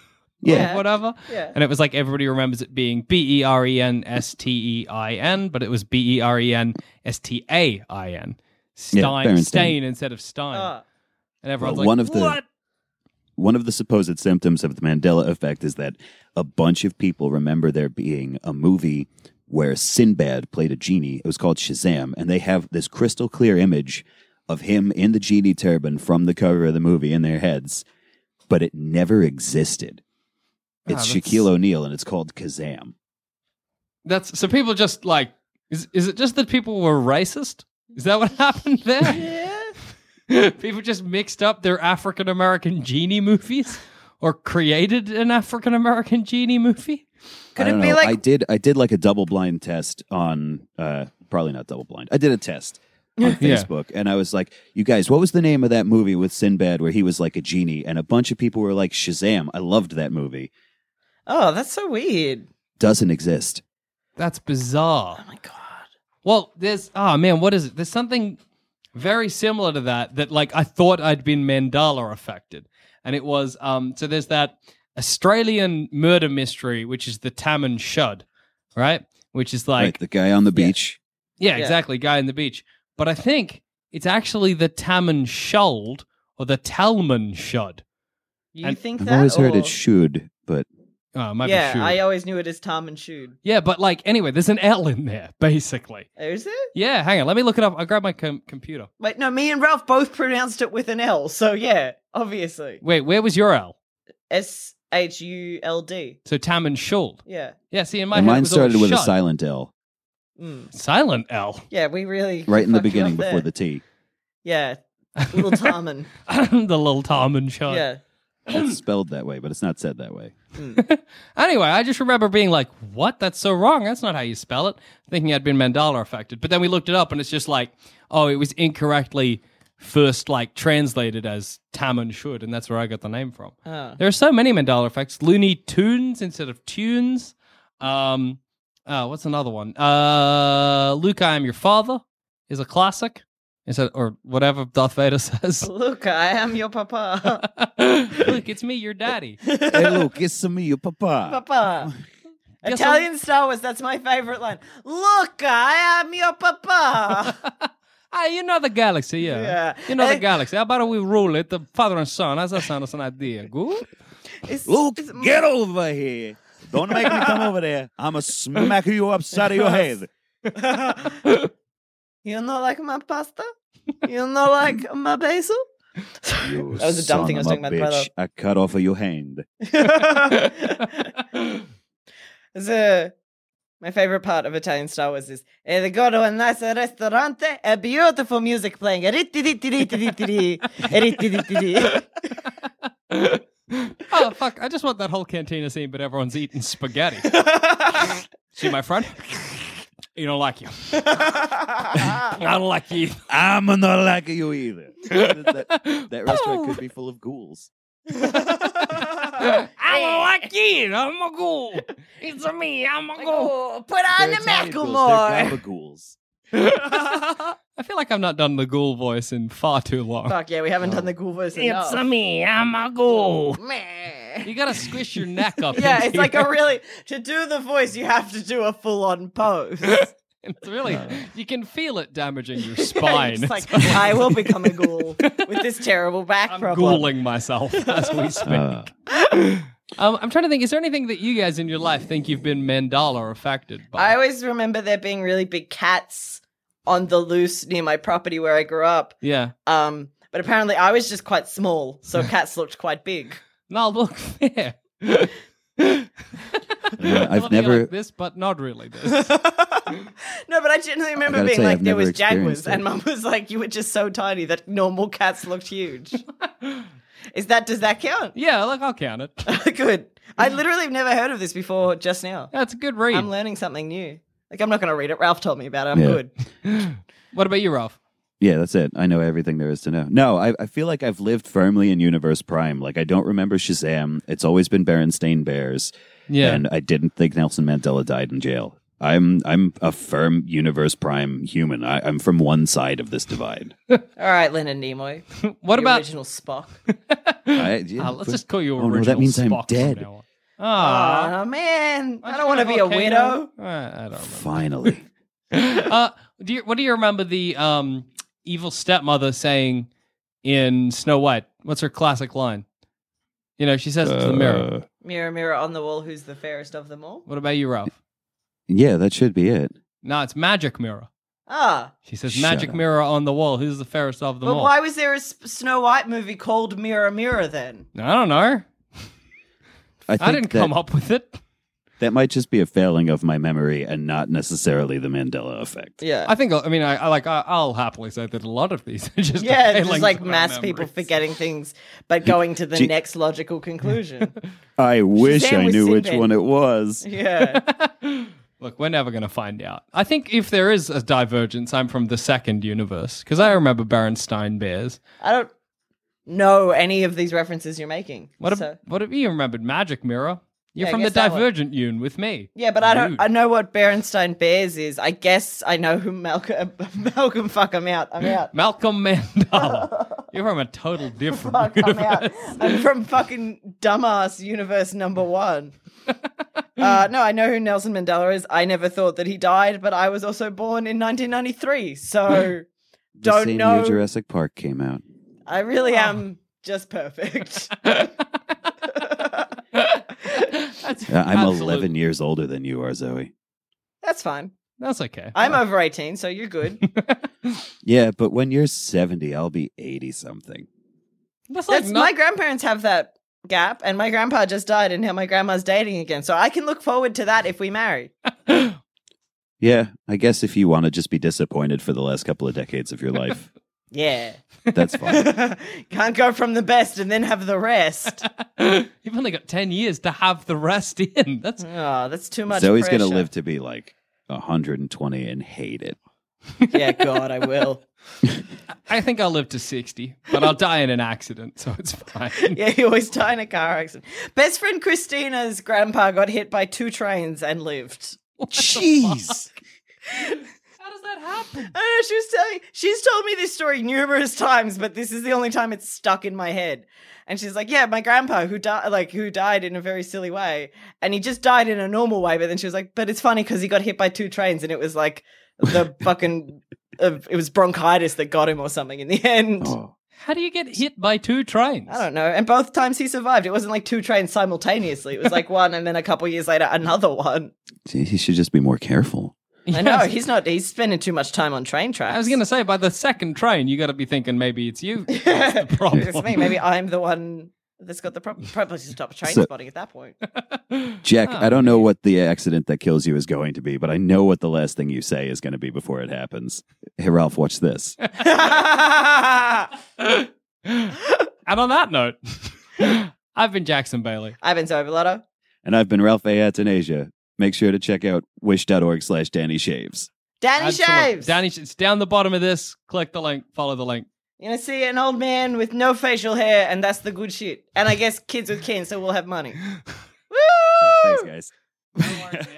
[SPEAKER 5] Yeah.
[SPEAKER 3] Or whatever.
[SPEAKER 4] Yeah.
[SPEAKER 3] And it was like everybody remembers it being B E R E N S T E I N, but it was B E R E N S T A I N.
[SPEAKER 5] Yeah,
[SPEAKER 3] Stein,
[SPEAKER 5] Berenstain.
[SPEAKER 3] Stein instead of
[SPEAKER 5] Oh.
[SPEAKER 3] Stein.
[SPEAKER 4] Ah.
[SPEAKER 3] and everyone's
[SPEAKER 5] Well,
[SPEAKER 3] like,
[SPEAKER 5] one of the-
[SPEAKER 3] what?
[SPEAKER 5] One of the supposed symptoms of the Mandela effect is that a bunch of people remember there being a movie where Sinbad played a genie. It was called Shazam, and they have this crystal clear image of him in the genie turban from the cover of the movie in their heads, but it never existed. It's
[SPEAKER 3] Ah, that's-
[SPEAKER 5] Shaquille O'Neal, and it's called Kazam.
[SPEAKER 3] That's so people just like is is it just that people were racist? Is that what happened there? yeah. (laughs) people just mixed up their African American genie movies or created an African American genie movie?
[SPEAKER 4] Could
[SPEAKER 5] I
[SPEAKER 4] it
[SPEAKER 5] don't
[SPEAKER 4] be
[SPEAKER 5] know.
[SPEAKER 4] like-
[SPEAKER 5] I did? I did like a double blind test on uh, probably not double blind. I did a test
[SPEAKER 4] (laughs)
[SPEAKER 5] on
[SPEAKER 3] Yeah.
[SPEAKER 5] Facebook, and I was like, "You guys, what was the name of that movie with Sinbad where he was like a genie?" And a bunch of people were like, "Shazam!" I loved that movie.
[SPEAKER 4] Oh, that's so weird.
[SPEAKER 5] Doesn't exist.
[SPEAKER 3] That's bizarre.
[SPEAKER 4] Oh my god.
[SPEAKER 3] Well, there's oh man, what is it? There's something very similar to that that like I thought I'd been mandala affected. And it was um so there's that Australian murder mystery, which is the Tam and Shud, right? Which is like
[SPEAKER 5] right, the guy on the beach.
[SPEAKER 3] Yeah,
[SPEAKER 4] Yeah.
[SPEAKER 3] exactly. Guy in the beach. But I think it's actually the Taman Shuld or the Talman Shud.
[SPEAKER 4] You
[SPEAKER 3] And-
[SPEAKER 4] think
[SPEAKER 5] I've
[SPEAKER 4] that?
[SPEAKER 5] always heard
[SPEAKER 4] or-
[SPEAKER 5] it should, but
[SPEAKER 3] Oh, it might
[SPEAKER 4] yeah,
[SPEAKER 3] be Shud.
[SPEAKER 4] I uh, always knew it as Tom and Shude.
[SPEAKER 3] yeah, but like, anyway, there's an L in there, (laughs) basically.
[SPEAKER 4] Is it?
[SPEAKER 3] Yeah, hang on. Let me look it up. I grabbed my com- computer.
[SPEAKER 4] Wait, no, me and Ralph both pronounced it with an L, so yeah, obviously.
[SPEAKER 3] Wait, where was your L?
[SPEAKER 4] S H U L D.
[SPEAKER 3] So Taman Shuld.
[SPEAKER 4] Yeah.
[SPEAKER 3] Yeah, see, in my
[SPEAKER 5] and
[SPEAKER 3] head, it
[SPEAKER 5] mine
[SPEAKER 3] was always
[SPEAKER 5] started with a
[SPEAKER 3] Shud.
[SPEAKER 5] silent L
[SPEAKER 4] Mm.
[SPEAKER 3] silent L. (laughs)
[SPEAKER 4] Yeah, we really.
[SPEAKER 5] right in the
[SPEAKER 4] fucked you
[SPEAKER 5] beginning
[SPEAKER 4] up
[SPEAKER 5] before the
[SPEAKER 4] there.
[SPEAKER 5] T.
[SPEAKER 4] Yeah, little
[SPEAKER 5] (laughs)
[SPEAKER 4] Tom and.
[SPEAKER 3] the little Taman Shud.
[SPEAKER 4] yeah. (clears throat)
[SPEAKER 5] It's spelled that way, but it's not said that
[SPEAKER 4] (laughs)
[SPEAKER 5] way.
[SPEAKER 3] Anyway, I just remember being like, what? That's so wrong. That's not how you spell it. Thinking I'd been mandala affected. But then we looked it up and it's just like, oh, it was incorrectly first like translated as Taman should. And that's where I got the name from.
[SPEAKER 4] Oh.
[SPEAKER 3] There are so many mandala effects. Looney Tunes instead of Tunes. Um, uh, what's another one? Uh, Luke, I am your father is a classic. Is that, or whatever Darth Vader (laughs) says.
[SPEAKER 4] Look, I am your papa.
[SPEAKER 3] Look, it's me, your daddy.
[SPEAKER 5] hey, look, it's me, your papa.
[SPEAKER 4] papa.
[SPEAKER 3] Guess
[SPEAKER 4] Italian Star Wars, that's my favorite line. Look, I am your papa.
[SPEAKER 3] Ah, you know the galaxy, yeah.
[SPEAKER 4] Yeah.
[SPEAKER 3] You know the
[SPEAKER 4] Eh.
[SPEAKER 3] galaxy. How about we rule it, the father and son? How's that sound as an idea? Good?
[SPEAKER 4] It's-
[SPEAKER 5] Luke,
[SPEAKER 4] it's m-
[SPEAKER 5] get over here. Don't make me come over there. I'ma smack you upside of
[SPEAKER 4] (laughs)
[SPEAKER 5] your head.
[SPEAKER 4] You know, like my pasta? You know, like my basil?
[SPEAKER 5] You
[SPEAKER 4] That was a dumb
[SPEAKER 5] son
[SPEAKER 4] thing I was
[SPEAKER 5] of
[SPEAKER 4] doing
[SPEAKER 5] a
[SPEAKER 4] with my brother.
[SPEAKER 5] bitch. I cut off of your hand.
[SPEAKER 4] the uh, my favorite part of Italian Star Wars is eh, they go to a nice restaurante, a beautiful music playing. E Ri-ti-ti-ti-ti-ti-ti-ti. Ri-ti-ti-ti-ti.
[SPEAKER 3] oh, fuck. I just want that whole cantina scene, but everyone's eating spaghetti. See, my friend? You don't like you. I don't like you.
[SPEAKER 5] I'm not like you
[SPEAKER 4] (laughs)
[SPEAKER 5] either. that, that restaurant could be full of ghouls.
[SPEAKER 3] I don't
[SPEAKER 4] Eh.
[SPEAKER 3] like you. I'm a ghoul. It's a me. I'm a ghoul.
[SPEAKER 4] Put on
[SPEAKER 5] They're
[SPEAKER 4] Ah, the
[SPEAKER 5] Italian ghouls, they're
[SPEAKER 4] Macklemore.
[SPEAKER 5] Gaba ghouls.
[SPEAKER 3] I feel like I've not done the ghoul voice in far too long.
[SPEAKER 4] Fuck yeah, we haven't done the ghoul voice enough.
[SPEAKER 3] me. I'm a ghoul.
[SPEAKER 4] Meh.
[SPEAKER 3] Oh. You gotta squish your neck up.
[SPEAKER 4] (laughs) yeah,
[SPEAKER 3] into
[SPEAKER 4] it's like
[SPEAKER 3] your-
[SPEAKER 4] a really to do the voice. You have to do a full on
[SPEAKER 3] (laughs)
[SPEAKER 4] pose. (laughs)
[SPEAKER 3] It's really. You can feel it damaging your
[SPEAKER 4] Fine.
[SPEAKER 3] spine.
[SPEAKER 4] it's like I will become a
[SPEAKER 3] (laughs)
[SPEAKER 4] ghoul with this terrible back
[SPEAKER 3] I'm
[SPEAKER 4] problem.
[SPEAKER 3] ghouling myself as
[SPEAKER 4] (laughs)
[SPEAKER 3] we speak.
[SPEAKER 5] (laughs) Uh,
[SPEAKER 3] Um, I'm trying to think. Is there anything that you guys in your life think you've been mandala affected by?
[SPEAKER 4] I always remember there being really big cats on the loose near my property where I grew up.
[SPEAKER 3] yeah.
[SPEAKER 4] Um, but apparently I was just quite small,
[SPEAKER 3] (laughs)
[SPEAKER 4] so cats looked quite big.
[SPEAKER 3] No, look (laughs) fair.
[SPEAKER 5] I've
[SPEAKER 3] Look, you're
[SPEAKER 5] never-
[SPEAKER 3] like this, but not really this.
[SPEAKER 4] (laughs) No, but I genuinely remember
[SPEAKER 5] gotta
[SPEAKER 4] being
[SPEAKER 5] say,
[SPEAKER 4] like
[SPEAKER 5] I've
[SPEAKER 4] there was
[SPEAKER 5] never
[SPEAKER 4] jaguars,
[SPEAKER 5] experienced
[SPEAKER 4] and
[SPEAKER 5] it.
[SPEAKER 4] Mum was like, "You were just so tiny that normal cats looked huge." Is that does that count? (laughs)
[SPEAKER 3] yeah, look, I'll count it.
[SPEAKER 4] Good. I literally have never heard of this before just now.
[SPEAKER 3] That's a good read.
[SPEAKER 4] I'm learning something new. Like I'm not going to read it. Ralph told me about it. I'm
[SPEAKER 5] Yeah.
[SPEAKER 4] good.
[SPEAKER 3] what about you, Ralph?
[SPEAKER 5] yeah, that's it. I know everything there is to know. No, I, I feel like I've lived firmly in Universe Prime. Like, I don't remember Shazam. It's always been Berenstain Bears.
[SPEAKER 3] Yeah.
[SPEAKER 5] And I didn't think Nelson Mandela died in jail. I'm I'm a firm Universe Prime human. I, I'm from one side of this divide.
[SPEAKER 4] All right, Leonard Nimoy.
[SPEAKER 3] (laughs) what
[SPEAKER 4] the
[SPEAKER 3] about?
[SPEAKER 4] original Spock?
[SPEAKER 5] (laughs) I, yeah,
[SPEAKER 3] Ah, let's
[SPEAKER 5] but-
[SPEAKER 3] just call you
[SPEAKER 5] Oh,
[SPEAKER 3] original.
[SPEAKER 5] no, that means I'm
[SPEAKER 3] Spock from
[SPEAKER 5] dead.
[SPEAKER 3] now on. Ah,
[SPEAKER 4] oh man, I
[SPEAKER 3] aren't
[SPEAKER 4] don't
[SPEAKER 3] you
[SPEAKER 4] want to
[SPEAKER 3] in
[SPEAKER 4] be a
[SPEAKER 3] volcano?
[SPEAKER 4] widow.
[SPEAKER 3] Uh, I don't know. (laughs)
[SPEAKER 5] Finally.
[SPEAKER 3] uh, do you, what do you remember the um, evil stepmother saying in Snow White? What's her classic line? You know, she says it to the mirror.
[SPEAKER 5] Uh,
[SPEAKER 4] Mirror, mirror on the wall, who's the fairest of them all?
[SPEAKER 3] What about you, Ralph?
[SPEAKER 5] yeah, that should be it.
[SPEAKER 3] No, it's magic mirror.
[SPEAKER 4] Ah,
[SPEAKER 3] She says,
[SPEAKER 5] Shut
[SPEAKER 3] "Magic
[SPEAKER 5] up.
[SPEAKER 3] mirror on the wall. Who's the fairest of them
[SPEAKER 4] but
[SPEAKER 3] all?"
[SPEAKER 4] why was there a S- Snow White movie called Mirror, Mirror then?
[SPEAKER 3] I don't know.
[SPEAKER 5] I,
[SPEAKER 3] I
[SPEAKER 5] think
[SPEAKER 3] didn't
[SPEAKER 5] that-
[SPEAKER 3] come up with it.
[SPEAKER 5] That might just be a failing of my memory and not necessarily the Mandela effect.
[SPEAKER 4] Yeah,
[SPEAKER 3] I think. I mean, I, I like. I, I'll happily say that a lot of these are (laughs) just
[SPEAKER 4] yeah,
[SPEAKER 3] failings
[SPEAKER 4] just like
[SPEAKER 3] of our
[SPEAKER 4] mass people
[SPEAKER 3] memories.
[SPEAKER 4] forgetting things, but going to the
[SPEAKER 5] Gee-
[SPEAKER 4] next logical conclusion. (laughs)
[SPEAKER 5] I wish
[SPEAKER 4] Shazam
[SPEAKER 5] I
[SPEAKER 4] was
[SPEAKER 5] knew which
[SPEAKER 4] Sinbad.
[SPEAKER 5] one it was.
[SPEAKER 4] yeah,
[SPEAKER 3] Look, we're never going to find out. I think if there is a divergence, I'm from the second universe because I remember Berenstein Bears.
[SPEAKER 4] I don't know any of these references you're making.
[SPEAKER 3] What? Ab-
[SPEAKER 4] so-
[SPEAKER 3] what if you remembered Magic Mirror? You're
[SPEAKER 4] Yeah, I
[SPEAKER 3] from the
[SPEAKER 4] guess that one.
[SPEAKER 3] Divergent Yun with me.
[SPEAKER 4] yeah, but I don't.
[SPEAKER 3] Rude.
[SPEAKER 4] I know what Berenstain Bears is. I guess I know who Malcolm. (laughs) Malcolm, fuck, I'm out. I'm out.
[SPEAKER 3] Malcolm
[SPEAKER 4] (laughs)
[SPEAKER 3] Mandela. You're from a total different
[SPEAKER 4] Fuck, I'm out.
[SPEAKER 3] universe.
[SPEAKER 4] I'm from fucking dumbass universe number one. Uh, no, I know who Nelson Mandela is. I never thought that he died, but I was also born in 1993, so
[SPEAKER 5] The
[SPEAKER 4] Don't
[SPEAKER 5] same
[SPEAKER 4] know.
[SPEAKER 5] year Jurassic Park came out.
[SPEAKER 4] I really
[SPEAKER 3] Oh.
[SPEAKER 4] am
[SPEAKER 3] (laughs)
[SPEAKER 4] just perfect.
[SPEAKER 3] That's
[SPEAKER 5] Uh, I'm
[SPEAKER 3] absolute-
[SPEAKER 5] 11 years older than you are, Zoe.
[SPEAKER 4] That's fine.
[SPEAKER 3] That's okay.
[SPEAKER 4] I'm over 18, so
[SPEAKER 3] (laughs)
[SPEAKER 4] you're good.
[SPEAKER 5] Yeah, but when you're 70, I'll be 80 something.
[SPEAKER 3] That's like
[SPEAKER 4] That's
[SPEAKER 3] not-
[SPEAKER 4] my grandparents have that gap, and my grandpa just died, and now my grandma's dating again. So I can look forward to that if
[SPEAKER 3] (laughs)
[SPEAKER 4] we marry.
[SPEAKER 5] Yeah, I guess if you want to just be disappointed for the last couple of decades of your life,
[SPEAKER 4] Yeah, (laughs)
[SPEAKER 5] that's fine.
[SPEAKER 4] can't go from the best and then have the rest.
[SPEAKER 3] You've only got ten years to have the rest in. (laughs) That's
[SPEAKER 4] Oh, that's too much.
[SPEAKER 5] Zoe's going to
[SPEAKER 4] pressure.
[SPEAKER 5] live to be like 120 and hate
[SPEAKER 4] (laughs)
[SPEAKER 5] it. (laughs)
[SPEAKER 4] yeah, God, I will.
[SPEAKER 3] I think I'll live to sixty, but I'll die in an accident, so it's
[SPEAKER 4] (laughs)
[SPEAKER 3] fine.
[SPEAKER 4] Yeah, he always died in a car accident. Best friend Christina's grandpa got hit by two trains and lived.
[SPEAKER 5] Jeez.
[SPEAKER 3] How does that happen?
[SPEAKER 4] I don't know, she was telling she's told me this story numerous times, but this is the only time it's stuck in my head. And she's like, Yeah, my grandpa who died like who died in a very silly way. And he just died in a normal way, but then she was like, But it's funny because he got hit by two trains and it was like
[SPEAKER 3] (laughs)
[SPEAKER 4] the fucking uh, it was bronchitis that got him or something in the (laughs) end.
[SPEAKER 5] Oh.
[SPEAKER 3] How do you get hit by two trains?
[SPEAKER 4] I don't know. And both times he survived. It wasn't like two trains simultaneously. It
[SPEAKER 3] (laughs)
[SPEAKER 4] was like one and then a couple years later another one.
[SPEAKER 5] Gee, he should just be more careful.
[SPEAKER 4] I know, he's not he's spending too much time on train tracks.
[SPEAKER 3] I was going to say by the second train, you got to be thinking maybe it's
[SPEAKER 4] (laughs)
[SPEAKER 3] you. That's the problem.
[SPEAKER 4] It's me. Maybe I'm the one that's got the problem. Probably should stop train
[SPEAKER 5] So-
[SPEAKER 4] spotting at that point. (laughs)
[SPEAKER 5] Jack,
[SPEAKER 4] Oh,
[SPEAKER 5] I don't know what the accident that kills you is going to be, but I know what the last thing you say is going to be before it happens. Hey, Ralph, watch
[SPEAKER 4] (laughs)
[SPEAKER 5] this.
[SPEAKER 4] I've
[SPEAKER 3] And on that note, (laughs) I've been Jackson Bailey.
[SPEAKER 4] been so Lotta.
[SPEAKER 5] And I've been Ralph A. Atanasia. make sure to check out wish.org slash Danny Shaves.
[SPEAKER 4] Danny
[SPEAKER 3] Absolute-
[SPEAKER 4] shaves.
[SPEAKER 3] Danny, Sh- it's down the bottom of this. Click the link. Follow the link.
[SPEAKER 4] You're gonna see an old man with no facial hair, and that's the good shit. And I guess kids with cancer will
[SPEAKER 3] (laughs)
[SPEAKER 4] have money.
[SPEAKER 5] Thanks, guys.